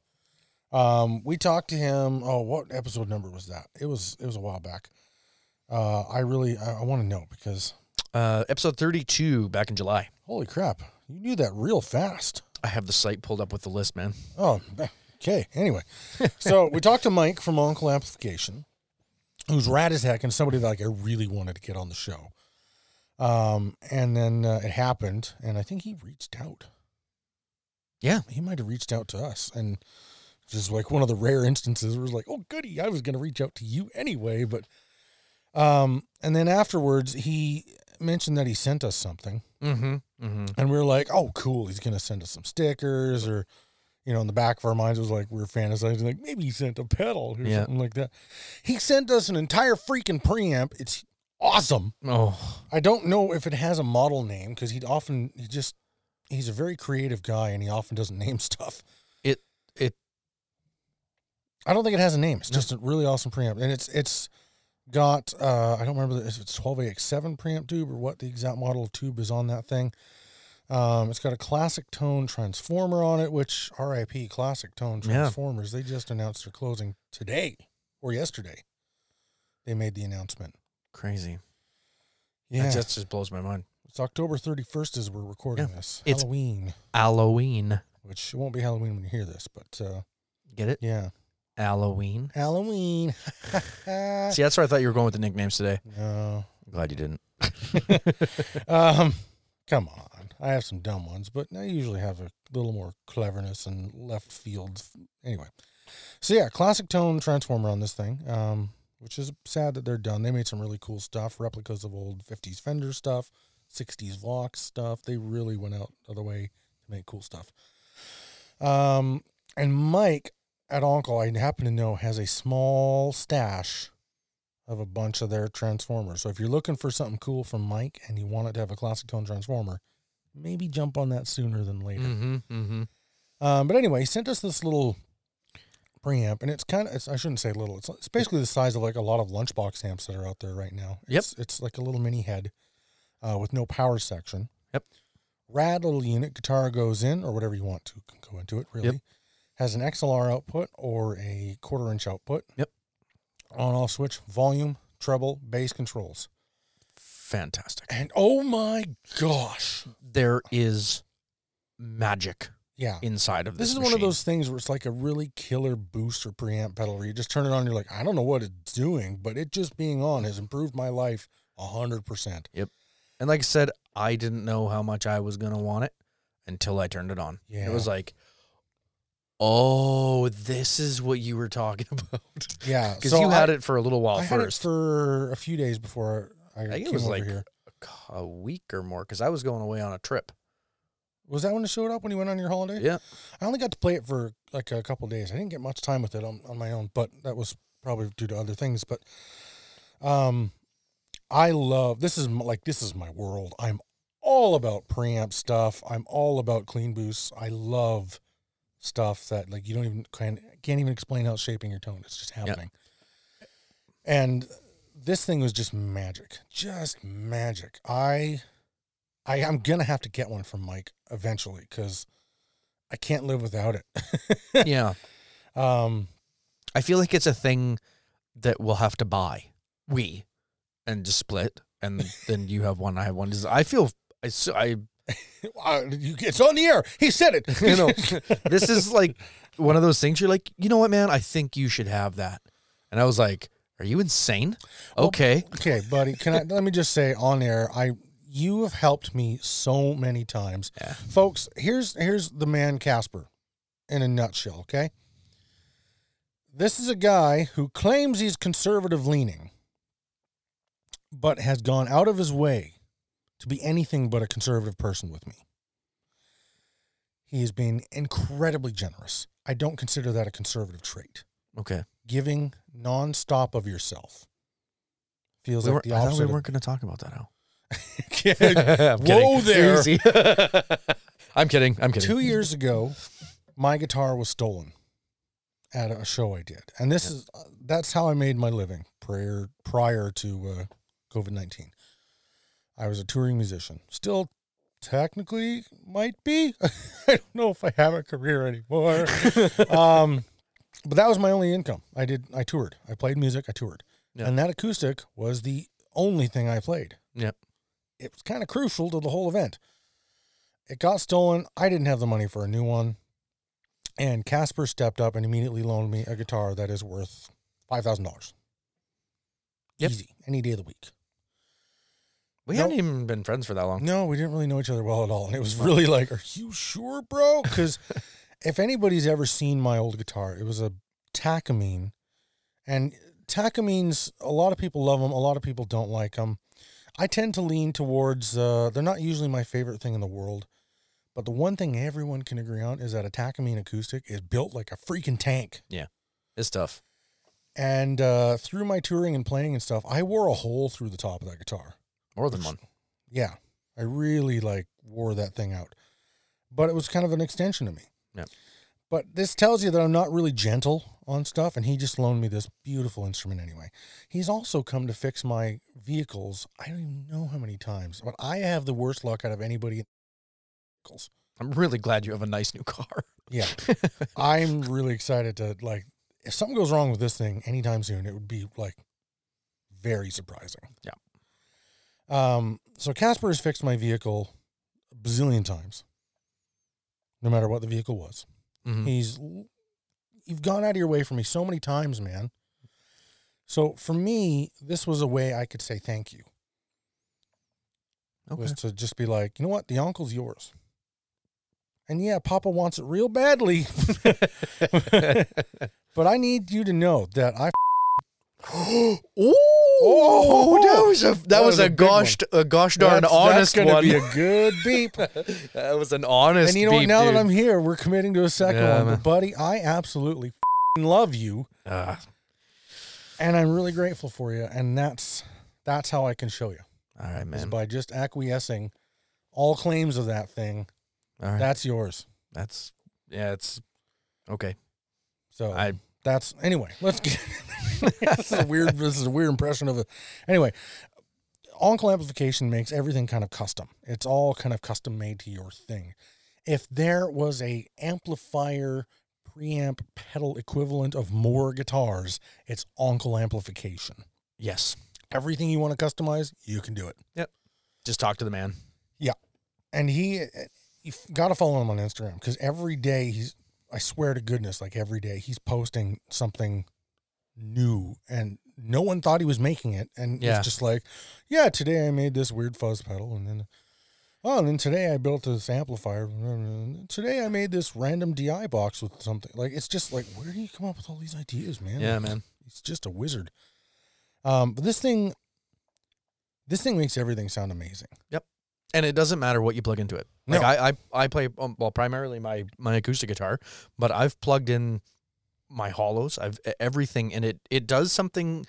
A: Um, we talked to him. Oh, what episode number was that? It was it was a while back. Uh, I really I, I want to know because
B: Uh, episode 32, back in July.
A: holy crap, you knew that real fast.
B: I have the site pulled up with the list, man.
A: Oh, okay. Anyway, so we talked to Mike from Uncle Amplification, who's rad as heck and somebody that like I really wanted to get on the show. Um, and then uh, it happened, and I think he reached out.
B: Yeah.
A: he might have reached out to us, and just like one of the rare instances where it was like, "Oh, goody, I was going to reach out to you anyway." But, um, and then afterwards, he mentioned that he sent us something.
B: Mm-hmm. Mm-hmm.
A: And we were like, oh, cool. He's going to send us some stickers or, you know, in the back of our minds was like, we were fantasizing, like, maybe he sent a pedal or
B: Yeah.
A: something like that. He sent us an entire freaking preamp. It's awesome.
B: Oh,
A: I don't know if it has a model name because he'd often, he just, he's a very creative guy and he often doesn't name stuff.
B: It- it-
A: I don't think it has a name. It's
B: No.
A: just a really awesome preamp. And it's, it's, Got uh, I don't remember the, if it's 12AX7 preamp tube or what the exact model of tube is on that thing. Um, it's got a classic tone transformer on it, which RIP classic tone
B: Yeah.
A: transformers. They just announced they're closing today or yesterday. They made the announcement.
B: crazy.
A: Yeah,
B: That just, just blows my mind.
A: it's October 31st as we're recording this.
B: It's-
A: Halloween,
B: Halloween.
A: which it won't be Halloween when you hear this, but uh,
B: Get it?
A: yeah,
B: Halloween.
A: Halloween.
B: See, that's where I thought you were going with the nicknames today.
A: no.
B: I'm glad you didn't.
A: Um, come on. I have some dumb ones, but I usually have a little more cleverness and left field. Anyway, so yeah, classic tone transformer on this thing, um, which is sad that they're done. They made some really cool stuff, replicas of old 50s Fender stuff, 60s Vox stuff. They really went out of the way to make cool stuff. Um, and Mike at Uncle, I happen to know, has a small stash of a bunch of their transformers. So if you're looking for something cool from Mike and you want it to have a classic tone transformer, maybe jump on that sooner than later.
B: Mm-hmm. Mm-hmm.
A: Um, but anyway, he sent us this little preamp, and it's kind of—I shouldn't say little. It's, it's basically the size of like a lot of lunchbox amps that are out there right now.
B: Yep.
A: It's, it's like a little mini head. uh, with no power section.
B: Yep.
A: Rattle unit, guitar goes in, or whatever you want to can go into it, really.
B: Yep.
A: Has an XLR output or a quarter inch output.
B: Yep.
A: On off switch, volume, treble, bass controls.
B: Fantastic.
A: And oh my gosh.
B: There is magic
A: Yeah.
B: inside of
A: This
B: this.
A: is one of
B: machine.
A: those things where it's like a really killer booster preamp pedal where you just turn it on and you're like, I don't know what it's doing, but it just being on has improved my life 100%.
B: And like I said, I didn't know how much I was gonna want it until I turned it on.
A: Yeah.
B: It was like, oh, this is what you were talking about.
A: Yeah.
B: Because
A: so
B: you
A: I-
B: had it for a little while
A: I had it
B: first,
A: for a few days before I,
B: think it
A: came
B: was
A: over
B: like-
A: here.
B: a week or more, because I was going away on a trip.
A: Was that when it showed up when you went on your holiday?
B: Yeah.
A: I only got to play it for like a couple days. I didn't get much time with it on, on my own, but that was probably due to other things. But um, I love this is m- like this is my world. I'm all about preamp stuff. I'm all about clean boosts. I love stuff that like you don't even can can't even explain how it's shaping your tone. It's just happening. And this thing was just magic, just magic. I, I am gonna have to get one from Mike eventually because I can't live without it.
B: yeah.
A: um,
B: I feel like it's a thing that we'll have to buy. We and just split, and then you have one, I have one. I feel I, s- I-
A: I- Uh, you- it's on the air. He said it.
B: you know this is like one of those things. You're like, you know what, man? I think you should have that. And I was like, are you insane? Okay,
A: okay, buddy. Can I let me just say on air? I you have helped me so many times,
B: Yeah.
A: folks. Here's here's the man Casper, in a nutshell. Okay. This is a guy who claims he's conservative leaning, but has gone out of his way to be anything but a conservative person with me. He has been incredibly generous. I don't consider that a conservative trait.
B: okay.
A: Giving nonstop of yourself feels
B: We
A: like
B: weren't-
A: the
B: I thought
A: opposite.
B: we
A: of-
B: weren't going to talk about that. Al. I'm
A: Whoa there.
B: Easy. I'm kidding. I'm kidding.
A: Two years ago, my guitar was stolen at a show I did, and this is uh, that's how I made my living prior prior to uh, COVID nineteen. I was a touring musician, still technically might be. I don't know if I have a career anymore. um, but that was my only income. I did. I toured. I played music. I toured,
B: Yeah.
A: and that acoustic was the only thing I played
B: Yep.
A: it was kind of crucial to the whole event. It got stolen. I didn't have the money for a new one. And Casper stepped up and immediately loaned me a guitar that is worth $5,000.
B: Yep.
A: Easy, any day of the week.
B: We
A: Nope.
B: haven't even been friends for that long.
A: No, we didn't really know each other well at all. And it was really like, are you sure, bro? Because if anybody's ever seen my old guitar, it was a Takamine. And Takamines, a lot of people love them, a lot of people don't like them. I tend to lean towards, uh, they're not usually my favorite thing in the world. But the one thing everyone can agree on is that a Takamine acoustic is built like a freaking tank.
B: It's tough.
A: And uh, through my touring and playing and stuff, I wore a hole through the top of that guitar.
B: More than one.
A: Yeah. I really like wore that thing out. But it was kind of an extension of me.
B: Yeah.
A: But this tells you that I'm not really gentle on stuff and he just loaned me this beautiful instrument anyway. He's also come to fix my vehicles. I don't even know how many times, but I have the worst luck out of anybody in vehicles.
B: I'm really glad you have a nice new car.
A: Yeah. I'm really excited to like if something goes wrong with this thing anytime soon, it would be like very surprising.
B: Yeah.
A: Um, so Casper has fixed my vehicle a bazillion times. No matter what the vehicle was.
B: Mhm.
A: He's you've gone out of your way for me so many times, man. So for me, this was a way I could say thank you.
B: Okay.
A: Was to just be like, you know what, the uncle's yours. And yeah, Papa wants it real badly. But I need you to know that I.
B: Ooh,
A: Oh,
B: that was a that, was, a,
A: big one.
B: gosh a gosh darn
A: that's,
B: honest
A: that's gonna
B: one.
A: be a good beep.
B: that was an honest.
A: and you know what?
B: beep,
A: Now
B: dude.
A: that I'm here, we're committing to a second
B: Yeah,
A: one.
B: man.
A: But buddy, I absolutely f***ing love you,
B: Ah,
A: and I'm really grateful for you. And that's that's how I can show you
B: all right,
A: is
B: man.
A: by just acquiescing all claims of that thing.
B: All right,
A: That's yours.
B: that's yeah, it's okay.
A: So
B: I
A: that's anyway. Let's get. this is a weird. This is a weird impression of it. Anyway, on-call amplification makes everything kind of custom. It's all kind of custom made to your thing. If there was a amplifier preamp pedal equivalent of more guitars, it's on-call amplification.
B: Yes.
A: Everything you want to customize, you can do it.
B: Just talk to the man.
A: and he you've got to follow him on instagram because every day he's i swear to goodness like every day he's posting something new and no one thought he was making it and
B: Yeah.
A: it's just like yeah today i made this weird fuzz pedal and then oh and then today i built this amplifier today i made this random di box with something like it's just like where do you come up with all these ideas man
B: Yeah, man.
A: He's just a wizard. Um, but this thing, this thing makes everything sound amazing.
B: And it doesn't matter what you plug into it. Like
A: No.
B: I, I, I play um, well primarily my my acoustic guitar, but I've plugged in my hollows. I've e- everything, and it it does something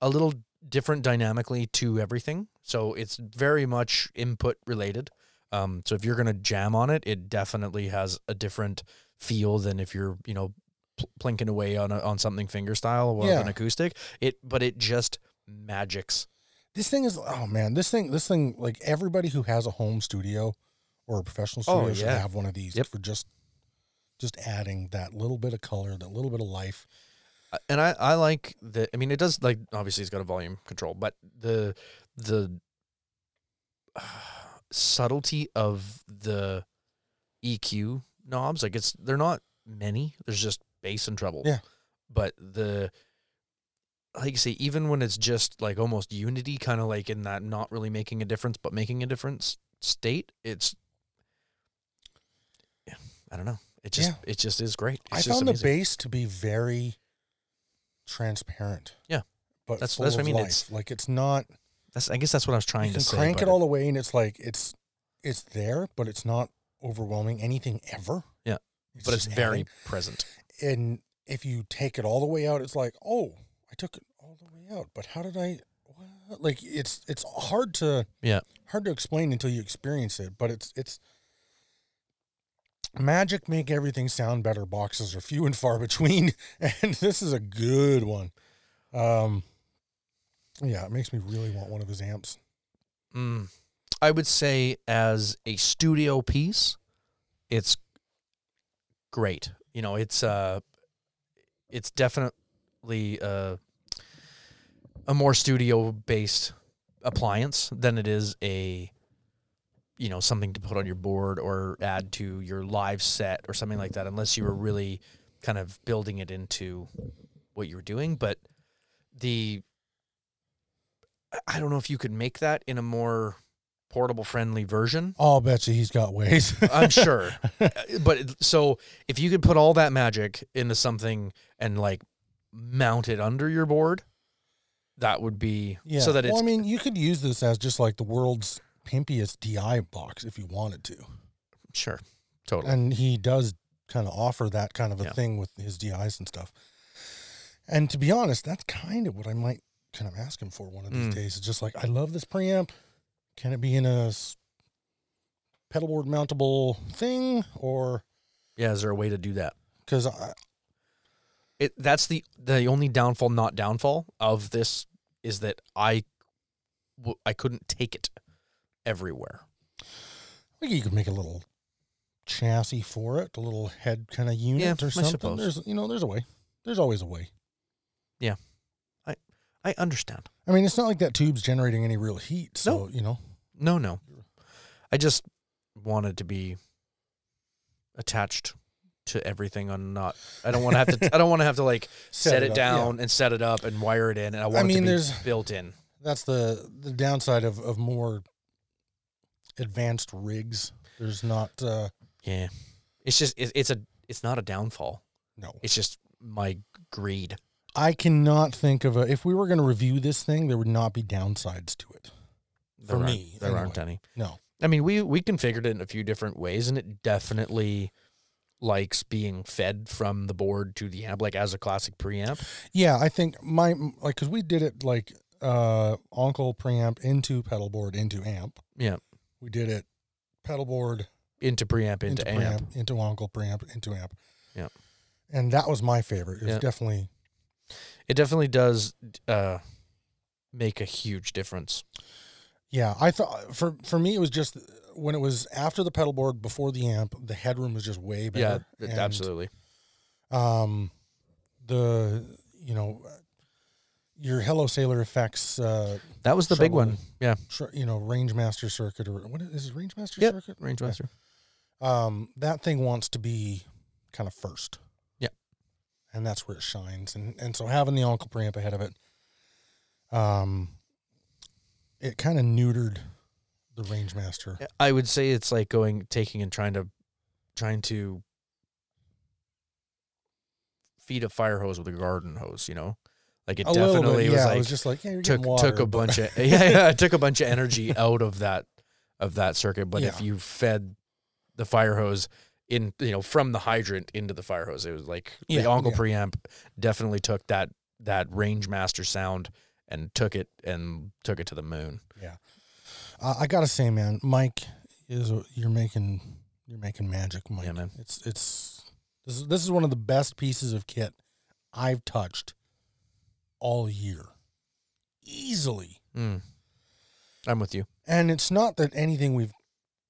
B: a little different dynamically to everything. So it's very much input related. Um, so if you're gonna jam on it, it definitely has a different feel than if you're you know pl- plinking away on a, on something finger style or
A: Yeah.
B: an acoustic. It but it just magics.
A: this thing is oh man this thing this thing like everybody who has a home studio or a professional
B: Oh,
A: studio should
B: yeah.
A: have one of these
B: Yep.
A: for just just adding that little bit of color that little bit of life
B: Uh, and I, I like the I mean it does like obviously it's got a volume control, but the the subtlety of the EQ knobs, like it's they're not many. There's just bass and treble.
A: Yeah.
B: But the like you say, even when it's just like almost unity, kind of like in that not really making a difference, but making a difference state, it's yeah, I don't know. It just
A: Yeah.
B: it just is great. It's
A: i
B: just
A: found
B: amazing.
A: the bass to be very transparent
B: Yeah.
A: but
B: That's-
A: full
B: that's
A: of
B: what I mean,
A: life.
B: it's
A: like it's not
B: That's I guess that's what I was trying
A: you
B: to
A: can
B: say.
A: crank
B: but
A: it all away and it's like it's it's there but it's not overwhelming anything ever
B: Yeah. but it's
A: just
B: very
A: adding-
B: present.
A: and if you take it all the way out, it's like, oh, I took it all the way out, but how did I? What? Like it's it's hard to
B: Yeah.
A: hard to explain until you experience it, but it's it's magic make everything sound better. Boxes are few and far between, and this is a good one. Um, yeah, it makes me really want one of his amps.
B: Mm. I would say as a studio piece, it's great. You know, it's uh it's definitely uh a more studio based appliance than it is a you know something to put on your board or add to your live set or something like that unless you were really kind of building it into what you were doing but the I- I don't know if you could make that in a more portable friendly version
A: I'll bet you he's got ways.
B: I'm sure. Uh, but it- so if you could put all that magic into something and like mount it under your board, that would be
A: yeah.
B: so that it's
A: well, I mean, you could use this as just like the world's pimpiest DI box if you wanted to.
B: sure. Totally.
A: and he does kind of offer that kind of a
B: Yeah.
A: thing with his DIs and stuff. And to be honest, that's kind of what I might kind of ask him for one of these
B: Mm.
A: days. It's just like I love this preamp. Can it be in a s- pedal board mountable thing, or
B: yeah, is there a way to do that?
A: because I,
B: It that's the the only downfall not downfall of this is that I w- I couldn't take it everywhere.
A: think you could make a little chassis for it, a little head kind of unit
B: Yeah, I
A: or something.
B: suppose.
A: There's you know, there's a way. There's always a way.
B: I understand.
A: I mean, it's not like that tube's generating any real heat, so you know.
B: No, no. I just wanted to be attached to everything on not I don't want to have to I don't want to have to like set, it,
A: up, yeah.
B: down and set it up and wire it in and I want
A: mean,
B: it to
A: there's-
B: be built in.
A: that's the the downside of of more advanced rigs. There's not uh
B: Yeah. It's just it, it's a it's not a downfall.
A: no.
B: It's just my g- greed.
A: I cannot think of a if we were going to review this thing, there would not be downsides to it. For
B: There aren't-
A: me,
B: there aren't any.
A: No.
B: I mean, we we configured it in a few different ways and it definitely likes being fed from the board to the amp like as a classic preamp.
A: Yeah, I think my like cuz we did it like uh uncle preamp into pedal board into amp.
B: Yeah.
A: We did it pedal board
B: Into preamp into, amp.
A: preamp into uncle preamp into amp.
B: Yeah.
A: And that was my favorite. It was
B: Yeah.
A: definitely
B: It definitely does uh, make a huge difference.
A: Yeah, I thought for for me it was just when it was after the pedal board before the amp, the headroom was just way better.
B: yeah, th-
A: And,
B: absolutely.
A: Um, the you know your Hello Sailor effects, uh,
B: That was the big
A: trouble.
B: one. Yeah,
A: tr- you know Rangemaster circuit or what is, is it Rangemaster
B: Yep.
A: circuit?
B: Range Master.
A: Um, that thing wants to be kind of first.
B: Yep.
A: and that's where it shines, and and so having the Uncle preamp ahead of it, um, it kind of neutered the Rangemaster.
B: I would say it's like going taking and trying to trying to feed a fire hose with a garden hose. You know, like it
A: a little
B: definitely
A: bit, yeah,
B: was
A: it
B: like
A: was just like yeah, you're
B: took
A: getting water,
B: took a
A: but-
B: bunch of yeah, yeah it took a bunch of energy out of that of that circuit. But if
A: Yeah.
B: you fed the fire hose in you know from the hydrant into the fire hose, it was like
A: Yeah,
B: the Uncle
A: yeah.
B: preamp definitely took that that range master sound and took it and took it to the moon.
A: Uh, I gotta say, man, Mike is a, you're making you're making magic, Mike.
B: Yeah, man.
A: It's it's this is this is one of the best pieces of kit I've touched all year, easily.
B: Mm. I'm with you.
A: And it's not that anything we've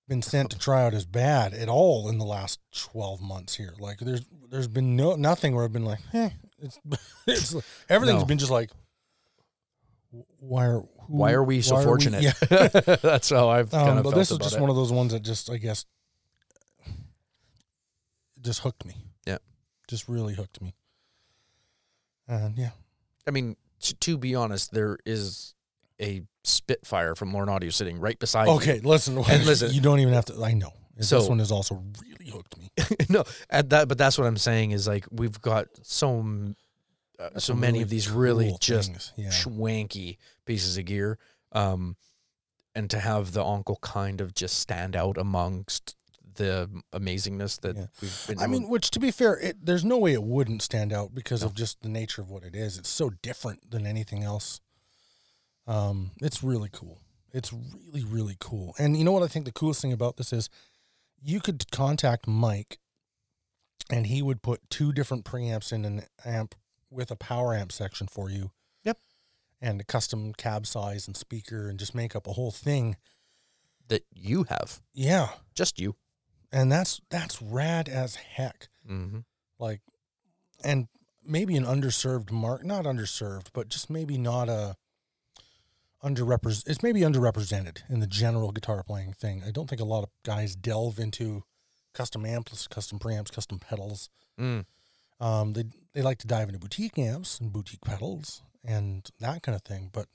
A: been sent to try out is bad at all in the last twelve months here. Like there's there's been no nothing where I've been like, eh, it's it's like- everything's
B: No.
A: been just like. Why are who-
B: Why are we so
A: why
B: fortunate?
A: yeah.
B: That's how I've kind
A: Um,
B: of
A: but
B: felt
A: this is
B: about
A: just
B: it.
A: one of those ones that just, I guess, just hooked me.
B: Yeah.
A: Just really hooked me. And yeah,
B: I mean, to, to be honest, there is a Spitfire from Lorne Audio sitting right beside you.
A: okay. Listen,
B: And listen-
A: you don't even have to. I know
B: So-
A: this one has also really hooked me.
B: no, at that, but that's what I'm saying is like we've got so m- uh, so
A: Some
B: many of these really
A: cool
B: just
A: things, yeah,
B: schwanky pieces of gear, um, and to have the uncle kind of just stand out amongst the amazingness that
A: Yeah.
B: we've been.
A: I mean, which to be fair, it, there's no way it wouldn't stand out because of just the nature of what it is. It's so different than anything else. Um, it's really cool. It's really really cool. And you know what I think the coolest thing about this is, you could contact Mike, and he would put two different preamps in an amp with a power amp section for you.
B: Yep.
A: And a custom cab size and speaker, and just make up a whole thing.
B: that you have
A: Yeah,
B: just you.
A: and that's that's rad as heck.
B: Mm-hmm.
A: like and maybe an underserved mark not underserved but just maybe not a underrepresented it's maybe underrepresented in the general guitar playing thing i don't think a lot of guys delve into custom amps custom preamps custom pedals
B: Mm.
A: um, they, they like to dive into boutique amps and boutique pedals and that kind of thing but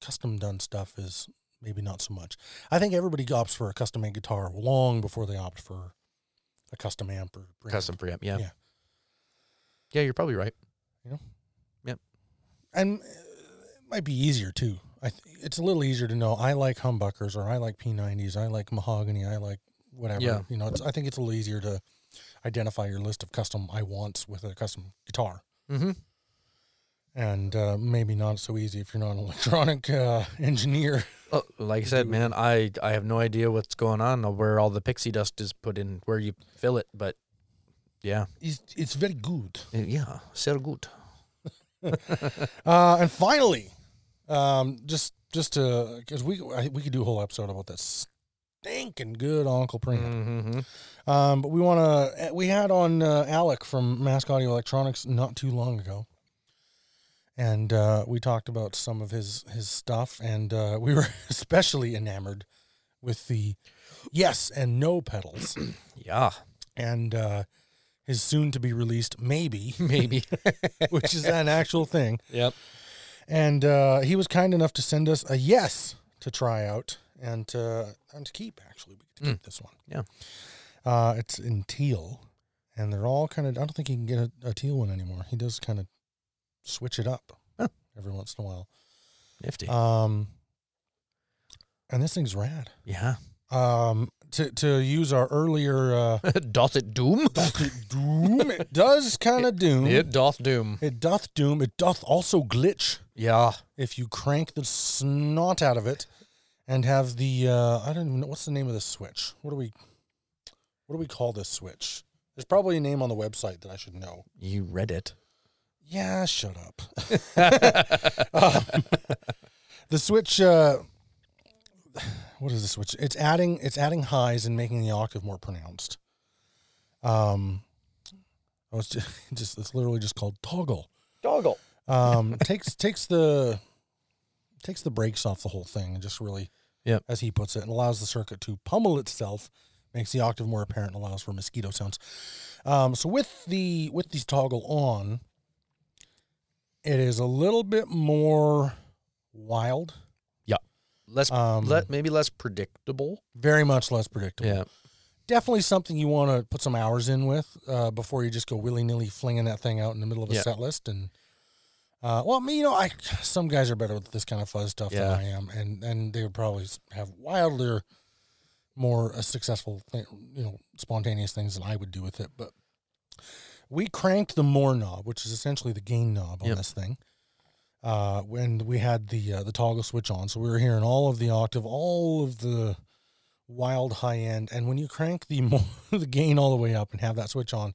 A: custom done stuff is maybe not so much i think everybody opts for a custom made guitar long before they opt for a custom amp or preamp.
B: Custom preamp, yeah. yeah,
A: Yeah.
B: You're probably right.
A: and uh, it might be easier too. I th- it's a little easier to know. I like humbuckers, or I like P90s, I like mahogany, I like whatever.
B: Yeah.
A: You know, it's, I think it's a little easier to identify your list of custom I wants with a custom guitar,
B: Mm-hmm.
A: and uh, maybe not so easy if you're not an electronic uh, engineer.
B: Oh, like I said,
A: do.
B: man, I I have no idea what's going on or where all the pixie dust is put in, where you fill it, but yeah,
A: It's, it's very good.
B: Uh, yeah, sehr gut.
A: Uh, and finally, um, just just to because we I, we could do a whole episode about that stinking good Uncle Pringle.
B: Mm-hmm.
A: Um, but we want to. We had on uh, Alec from Mask Audio Electronics not too long ago, and uh, we talked about some of his his stuff, and uh, we were especially enamored with the yes and no pedals,
B: Yeah,
A: and uh, his soon to be released maybe,
B: maybe.
A: which is an actual thing.
B: yep.
A: And uh, he was kind enough to send us a yes to try out and to and to keep actually. We get to keep this one.
B: Hmm. Yeah.
A: Uh, it's in teal, and they're all kind of. I don't think he can get a, a teal one anymore. He does kind of switch it up
B: Huh.
A: every once in a while.
B: Nifty.
A: Um, and this thing's rad.
B: yeah.
A: Um, to to use our earlier uh,
B: doth it doom?
A: doom, it does kind of doom.
B: It doth doom.
A: it doth doom. It doth also glitch.
B: Yeah.
A: if you crank the snot out of it and have the uh, I don't even know what's the name of this switch. What do we what do we call this switch? There's probably a name on the website that I should know.
B: You read it.
A: Yeah, shut up. Um, the switch uh, what is the switch? It's adding it's adding highs and making the octave more pronounced. Um, oh, it's just, just it's literally just called toggle.
B: Doggle.
A: Um, takes takes the takes the brakes off the whole thing and just really,
B: Yep.
A: as he puts it, and allows the circuit to pummel itself, makes the octave more apparent, and allows for mosquito sounds. Um, so with the with these toggle on, it is a little bit more wild.
B: Less
A: Um,
B: let maybe less predictable.
A: very much less predictable.
B: Yeah.
A: Definitely something you want to put some hours in with uh, before you just go willy nilly flinging that thing out in the middle of a
B: Yeah.
A: set list. And uh, well, I mean, you know, I some guys are better with this kind of fuzz stuff than
B: Yeah.
A: I am, and and they would probably s- have wilder, more uh, successful, thing, you know, spontaneous things than I would do with it. But we cranked the more knob, which is essentially the gain knob on
B: Yep.
A: this thing. Uh, when we had the uh, the toggle switch on, so we were hearing all of the octave, all of the wild high end, and when you crank the more, the gain all the way up and have that switch on,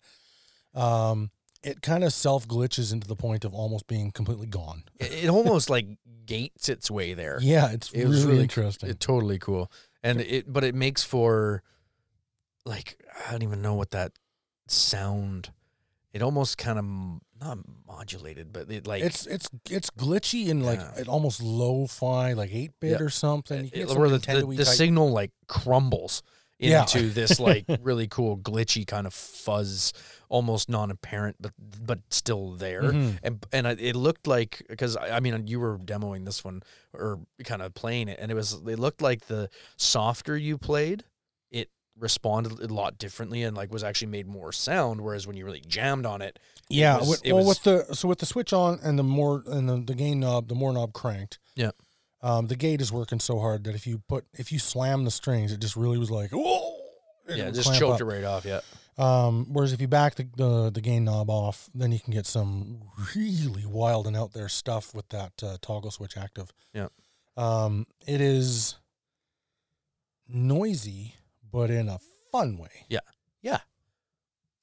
A: um, it kind of self glitches into the point of almost being completely gone.
B: It, it almost like gates its way there.
A: Yeah, it's
B: It
A: really,
B: was really-
A: interesting.
B: It, totally cool. And it but it makes for like I don't even know what that sound. It almost kind of not modulated, but it like
A: it's it's it's glitchy and like
B: Yeah.
A: it almost lo-fi, like eight bit
B: Yeah.
A: or something. You
B: it,
A: can get
B: it-
A: some
B: Eh, where the,
A: Nintendo-y
B: the, the
A: type-
B: signal like crumbles
A: Yeah.
B: into this like really cool glitchy kind of fuzz, almost non-apparent but but still there.
A: Mhm.
B: and and I- it looked like because I I mean you were demoing this one or kind of playing it, and it was it looked like the softer you played, it responded a lot differently and like was actually made more sound. Whereas when you really jammed on it,
A: Yeah,
B: was-
A: with,
B: it
A: well,
B: was-
A: with the so with the switch on and the more and the, the gain knob, the more knob cranked.
B: Yeah.
A: um, the gate is working so hard that if you put if you slam the strings, it just really was like oh,
B: yeah, it just choked it right off. Yeah,
A: Um, whereas if you back the, the the gain knob off, then you can get some really wild and out there stuff with that uh, toggle switch active.
B: Yeah.
A: um, it is noisy, but in a fun way.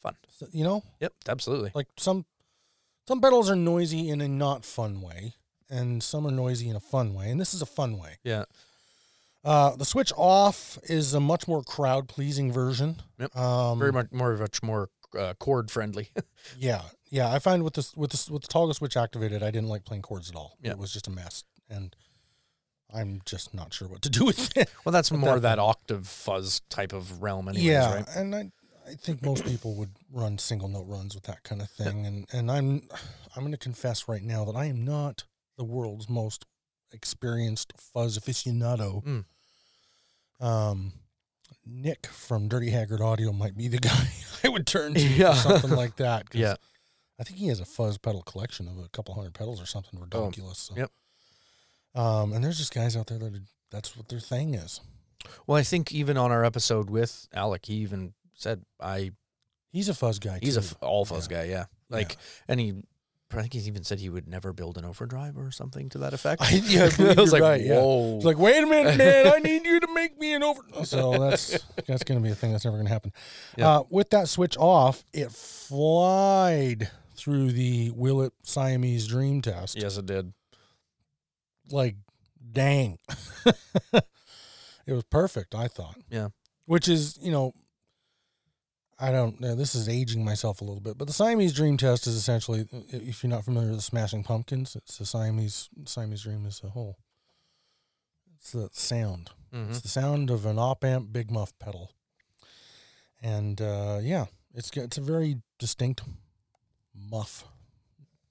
B: fun.
A: So, you know,
B: Yep, absolutely.
A: like some some pedals are noisy in a not fun way and some are noisy in a fun way and this is a fun way
B: Yeah.
A: uh, the switch off is a much more crowd pleasing version
B: Yep.
A: um,
B: Very much more much more uh, chord friendly.
A: yeah yeah i find with this with this with the toggle switch activated i didn't like playing chords at all
B: Yeah.
A: it was just a mess and i'm just not sure what to do with it
B: well, that's more
A: that-
B: that, octave fuzz type of realm, anyways,
A: yeah,
B: right?
A: and I I think most people would run single note runs with that kind of thing, and and I'm I'm going to confess right now that I am not the world's most experienced fuzz aficionado.
B: Mm.
A: Um, Nick from Dirty Haggard Audio might be the guy I would turn to
B: Yeah.
A: for something like that. 'cause
B: Yeah.
A: I think he has a fuzz pedal collection of a couple hundred pedals or something ridiculous. so.
B: Oh, yep.
A: Um, and there's just guys out there that are, that's what their thing is.
B: Well, I think even on our episode with Alec, he even said I
A: He's a fuzz guy.
B: He's a
A: too.
B: f- all fuzz guy, yeah. Like, and he, I think he's even said he would never build an overdrive or something to that effect.
A: I- yeah, I believe
B: was
A: you're
B: like,
A: right, yeah.
B: whoa.
A: It's like, wait a minute, man, I need you to make me an over. So that's that's going to be a thing that's never going to happen.
B: Yeah.
A: Uh, with that switch off, it flied through the Will It Siamese Dream test.
B: yes, it did.
A: Like, dang, it was perfect. I thought.
B: Yeah.
A: Which is, you know, I don't know. This is aging myself a little bit, but the Siamese Dream test is essentially, if you're not familiar with the Smashing Pumpkins, it's the Siamese Siamese Dream is a whole. It's the sound.
B: hmm
A: It's the sound of an op amp big muff pedal. And uh, yeah, it's g- it's a very distinct muff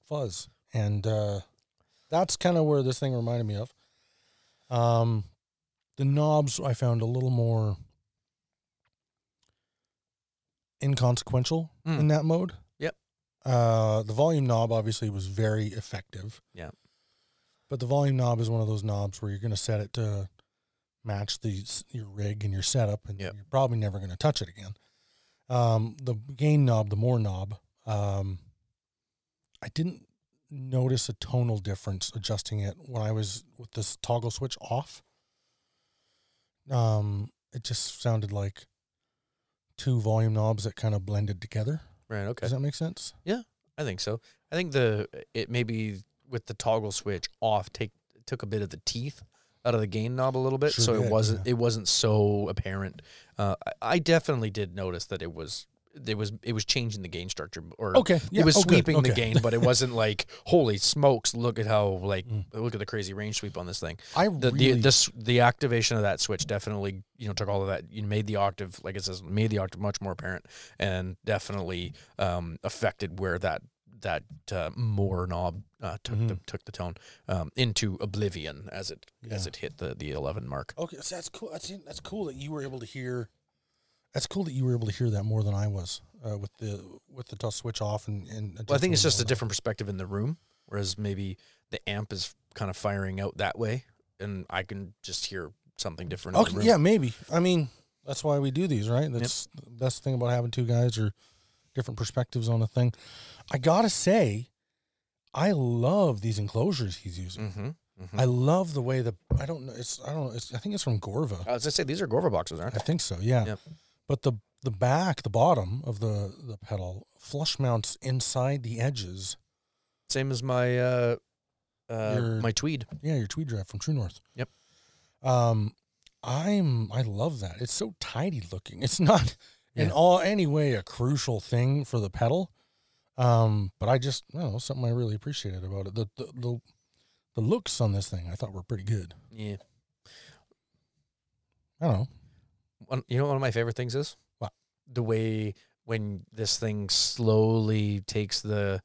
A: fuzz, and uh, that's kind of where this thing reminded me of. Um, the knobs I found a little more inconsequential
B: Mm.
A: in that mode.
B: Yep.
A: Uh, the volume knob obviously was very effective.
B: Yeah.
A: But the volume knob is one of those knobs where you're going to set it to match the s- your rig and your setup, and
B: Yep.
A: you're probably never going to touch it again. Um, the gain knob, the more knob, um, I didn't notice a tonal difference adjusting it when I was with this toggle switch off. Um, it just sounded like two volume knobs that kind of blended together.
B: Right. Okay.
A: Does that make sense?
B: I think so. I think the it maybe with the toggle switch off take took a bit of the teeth out of the gain knob a little bit,
A: Sure
B: so it
A: did,
B: wasn't it wasn't so apparent. Uh, I, I definitely did notice that it was it was it was changing the gain structure or
A: Okay, yeah,
B: it was
A: oh, good,
B: sweeping the
A: okay.
B: gain, but it wasn't like holy smokes, look at how like
A: Mm.
B: look at the crazy range sweep on this thing.
A: I
B: The
A: really
B: the this the activation of that switch definitely you know took all of that you made the octave like it says made the octave much more apparent and definitely um, affected where that that uh, more knob uh, took
A: Mm-hmm.
B: the took the tone um, into oblivion as it as it hit the the eleven mark.
A: Okay, so that's cool. That's that's cool that you were able to hear. That's cool that you were able to hear that more than I was uh, with the with the tough switch off and and.
B: Well, I think it's just a
A: adjustment
B: different perspective in the room, whereas maybe the amp is kind of firing out that way, and I can just hear something different.
A: and all
B: in
A: that. Okay,
B: the room.
A: yeah, maybe. I mean, that's why we do these, right? That's the best thing about having two guys or different perspectives on a thing. I gotta say, I love these enclosures he's using.
B: Mm-hmm. Mm-hmm.
A: I love the way the I don't know. It's I don't know. It's I think it's from Gorva.
B: I was gonna say these are Gorva boxes, aren't
A: I
B: they?
A: think so. Yeah.
B: Yep.
A: But the the back, the bottom of the the pedal flush mounts inside the edges.
B: Same as my uh, uh,
A: Your-
B: my tweed.
A: Yeah, your tweed drive from True North.
B: Yep.
A: Um, I'm I love that. It's so tidy looking. It's not in
B: Yeah.
A: all any way a crucial thing for the pedal. Um, but I just I don't know something I really appreciated about it. The the the, the looks on this thing I thought were pretty good.
B: Yeah.
A: I don't know.
B: One, you know, what one of my favorite things is
A: What?
B: the way when this thing slowly takes the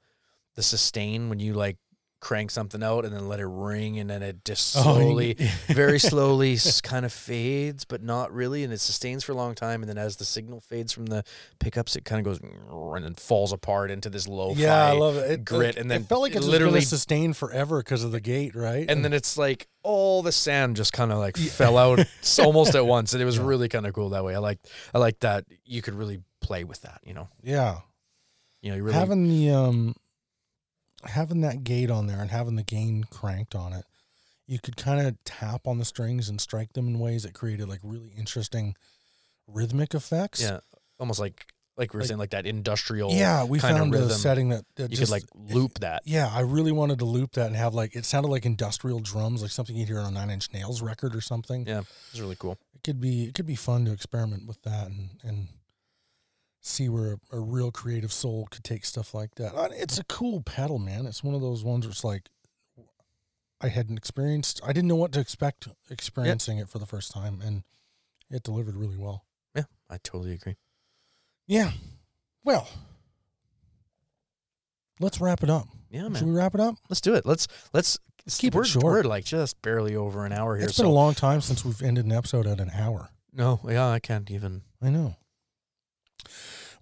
B: the sustain when you like crank something out and then let it ring and then it
A: Oh,
B: just slowly, very slowly, s- kind of fades, but not really, and it sustains for a long time, and then as the signal fades from the pickups, it kind of goes and then falls apart into this low.
A: yeah, I love it. it.
B: grit,
A: it-
B: and then
A: it felt like
B: it
A: it
B: literally-
A: literally sustained forever because of the gate, right?
B: and then it's like all the sand just kind of like fell out s- almost at once, and it was
A: Yeah.
B: really kind of cool that way. I like I like that you could really play with that, you know.
A: yeah,
B: You know, you really
A: having the um having that gate on there and having the gain cranked on it you could kind of tap on the strings and strike them in ways that created like really interesting rhythmic effects
B: yeah, almost like like we were
A: Like-
B: saying, like that industrial.
A: yeah we
B: kinda
A: found a
B: rhythm.
A: setting that, that
B: you
A: just,
B: could like loop that.
A: yeah i really wanted to loop that and have like it sounded like industrial drums like something you'd hear on a nine inch nails record or something
B: Yeah, it's really cool.
A: it could be it could be fun to experiment with that and and see where a, a real creative soul could take stuff like that. Uh, It's a cool pedal, man. It's one of those ones where it's like I hadn't experienced. I didn't know what to expect experiencing it for the first time, and it delivered really well.
B: Yeah, I totally agree.
A: Yeah. Well, let's wrap it up.
B: Yeah,
A: Should
B: man,
A: we wrap it up?
B: let's do it. Let's let's s-
A: Keep it
B: we're,
A: short.
B: We're like just barely over an hour here.
A: It's
B: so
A: been a long time since we've ended an episode at an hour.
B: no, yeah, I can't even.
A: I know.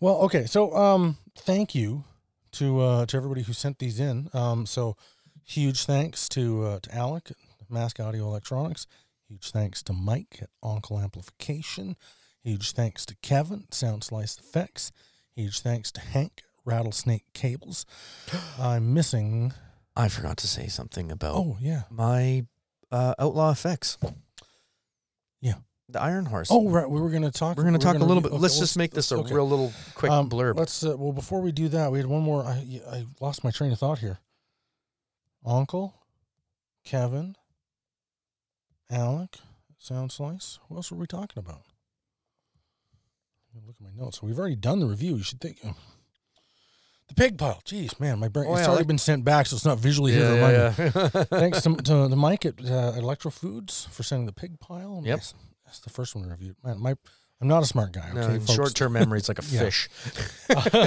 A: Well, okay. So, um, thank you to uh, to everybody who sent these in. Um, so, huge thanks to uh, to Alec at Mask Audio Electronics. Huge thanks to Mike at Oncle Amplification. Huge thanks to Kevin at Sound Slice Effects. Huge thanks to Hank Rattlesnake Cables. I'm missing.
B: I forgot to say something about
A: Oh yeah.
B: my uh, outlaw effects.
A: Yeah.
B: the Iron Horse.
A: Oh right. We were gonna talk.
B: we're gonna
A: we
B: talk a little
A: re-
B: bit.
A: okay,
B: let's
A: well,
B: just make this a
A: okay.
B: real little quick
A: Um,
B: blurb.
A: Let's uh, well before we do that, we had one more. I I lost my train of thought here. Uncle, Kevin, Alec, Sound Slice. What else were we talking about? Let me Look at my notes. So we've already done the review. You should think. oh. The pig pile. Jeez, man, my brain.
B: Oh,
A: it's
B: yeah, I
A: already
B: like-
A: been sent back, so it's not visually here to remind me. Thanks to, to, to Mike at uh, Electro Foods for sending the pig pile.
B: Yep.
A: That's, that's the first one we reviewed. Man, my, I'm not a smart guy.
B: No,
A: Okay, folks?
B: short-term memory is like a
A: Yeah.
B: fish.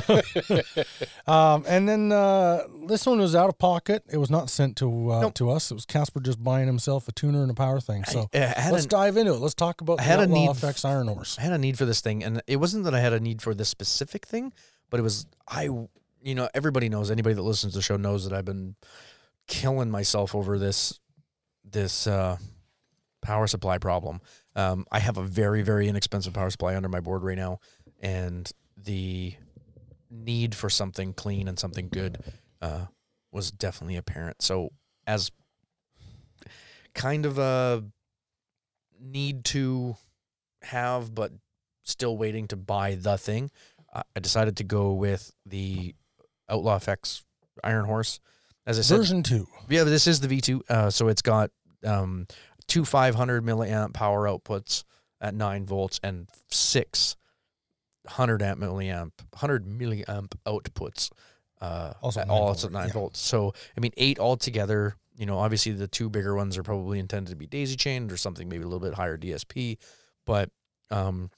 A: Um, and then uh, this one was out of pocket. It was not sent to uh,
B: Nope.
A: to us. It was Casper just buying himself a tuner and a power thing. So
B: I, I had
A: let's
B: an-
A: dive into it. Let's talk about
B: I
A: the
B: had a
A: Outlaw
B: need-
A: FX Iron Horse.
B: I had a need for this thing, and it wasn't that I had a need for this specific thing, but it was I. You know, everybody knows. Anybody that listens to the show knows that I've been killing myself over this this uh, power supply problem. Um, I have a very very inexpensive power supply under my board right now, and the need for something clean and something good uh, was definitely apparent. So as kind of a need to have but still waiting to buy the thing, I I decided to go with the Outlaw FX Iron Horse. As I said,
A: Version two.
B: yeah, this is the V2. Uh, so it's got um, two 500 milliamp power outputs at 9 volts and six 100 amp milliamp 100 milliamp outputs uh,
A: Also
B: at
A: 9
B: all
A: volt,
B: it's at 9
A: yeah.
B: volts so i mean eight altogether you know obviously the two bigger ones are probably intended to be daisy chained or something maybe a little bit higher dsp but um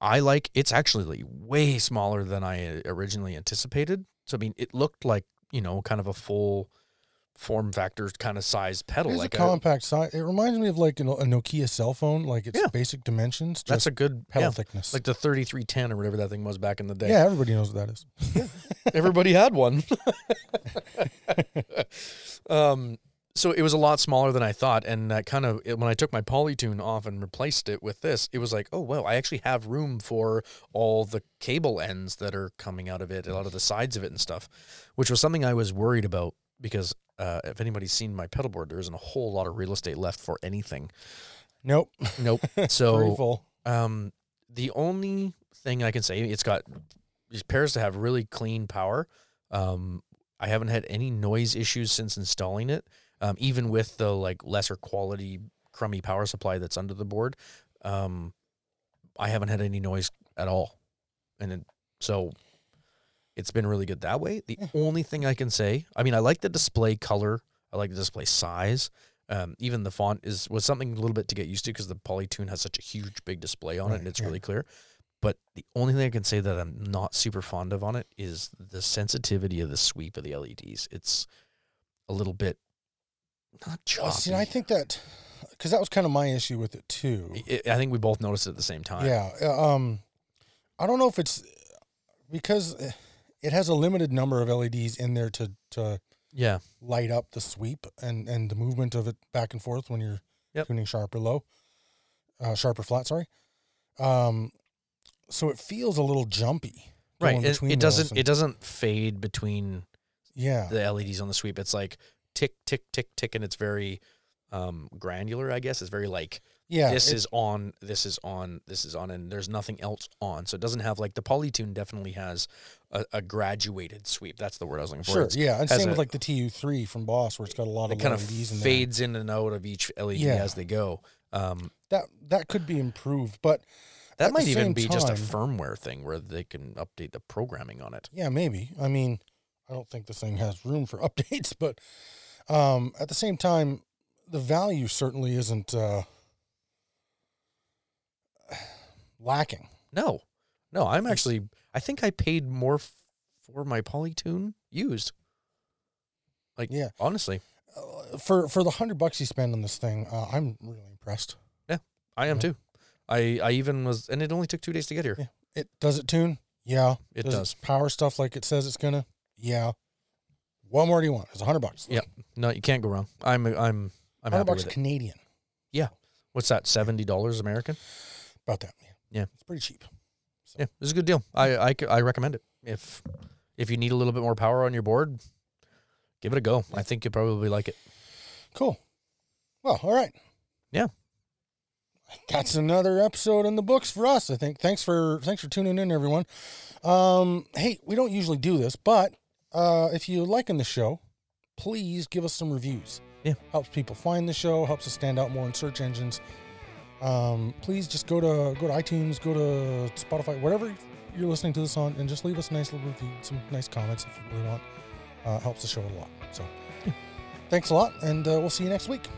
B: i like it's actually way smaller than i uh, originally anticipated so i mean it looked like you know kind of a full form factor kind of size pedal
A: It's
B: like
A: a compact size. It reminds me of like an, a Nokia cell phone, like its
B: Yeah.
A: basic dimensions, just
B: that's a good
A: pedal
B: yeah,
A: thickness.
B: like the 3310 or whatever that thing was back in the day
A: yeah, everybody knows what that is.
B: Everybody had one. um, so it was a lot smaller than I thought, and that kind of it- when I took my Polytune off and replaced it with this, it was like, oh well, I actually have room for all the cable ends that are coming out of it, a lot of the sides of it and stuff, which was something I was worried about because uh, if anybody's seen my pedal board, there isn't a whole lot of real estate left for anything.
A: Nope.
B: Nope.
A: Pretty
B: So
A: full.
B: um, the only thing I can say, it's got it appears to have really clean power. Um, I haven't had any noise issues since installing it, um, even with the like lesser quality crummy power supply that's under the board. Um, I haven't had any noise at all, and it, so it's been really good that way. The only thing I can say, I mean, I like the display color. I like the display size. Um, even the font is was something a little bit to get used to because the Polytune has such a huge big display on it
A: Right,
B: and it's
A: yeah.
B: really clear. But the only thing I can say that I'm not super fond of on it is the sensitivity of the sweep of the LEDs. It's a little bit not choppy.
A: Well, see, I think that because that was kind of my issue with it too.
B: I- I think we both noticed it at the same time.
A: Yeah. uh, Um, I don't know if it's because it has a limited number of LEDs in there to to
B: Yeah.
A: light up the sweep and and the movement of it back and forth when you're
B: Yep.
A: tuning sharp or low, uh, sharp or flat. Sorry. Um, so it feels a little jumpy.
B: Right.
A: going
B: It,
A: between
B: it
A: those
B: doesn't
A: and-
B: it doesn't fade between
A: yeah.
B: the LEDs on the sweep. It's like tick, tick, tick, tick, and it's very um granular, I guess. It's very like
A: yeah.
B: this
A: it-
B: is on, this is on, this is on, and there's nothing else on. So it doesn't have like the polytune definitely has a, a graduated sweep. That's the word I was looking for.
A: sure.
B: It's-
A: Yeah. And
B: has
A: same with
B: a-
A: like the TU3 from Boss, where it's got a lot
B: It
A: of
B: kind of
A: LEDs in there.
B: fades in and out of each LED
A: Yeah.
B: as they go. Um,
A: That that could be improved, but
B: that
A: At the
B: might even
A: same
B: be just a
A: time-
B: firmware thing where they can update the programming on it.
A: Yeah, maybe. I mean, I don't think this thing has room for updates, but um, at the same time, the value certainly isn't uh, lacking.
B: No, no, I'm
A: It's-
B: actually. I think I paid more f- for my Polytune used. Like,
A: Yeah.
B: honestly,
A: Uh, For for the hundred bucks you spend on this thing, uh, I'm really impressed.
B: I am
A: Yeah.
B: too. I I even was, and it only took two days to get here.
A: Yeah. It does it tune, yeah.
B: It does.
A: power stuff like it says it's gonna, yeah. What more do you want? It's a hundred bucks.
B: Yeah, No, you can't go wrong. I'm I'm I'm
A: hundred
B: happy
A: bucks
B: with it.
A: Canadian.
B: What's that? Seventy dollars American?
A: About that, yeah.
B: Yeah.
A: it's pretty cheap.
B: Yeah, it's a good deal. I, I c- I recommend it if if you need a little bit more power on your board, give it a go. I think you'll probably like it.
A: Cool. Well, all right.
B: Yeah.
A: That's another episode in the books for us, I think. Thanks for thanks for tuning in, everyone. Um, hey, we don't usually do this, but uh, if you're liking the show, please give us some reviews.
B: Yeah.
A: Helps people find the show, helps us stand out more in search engines. Um, please just go to go to iTunes, go to Spotify, whatever you're listening to this on, and just leave us a nice little review, some nice comments if you really want. Uh, helps the show a lot. So thanks a lot, and uh, we'll see you next week.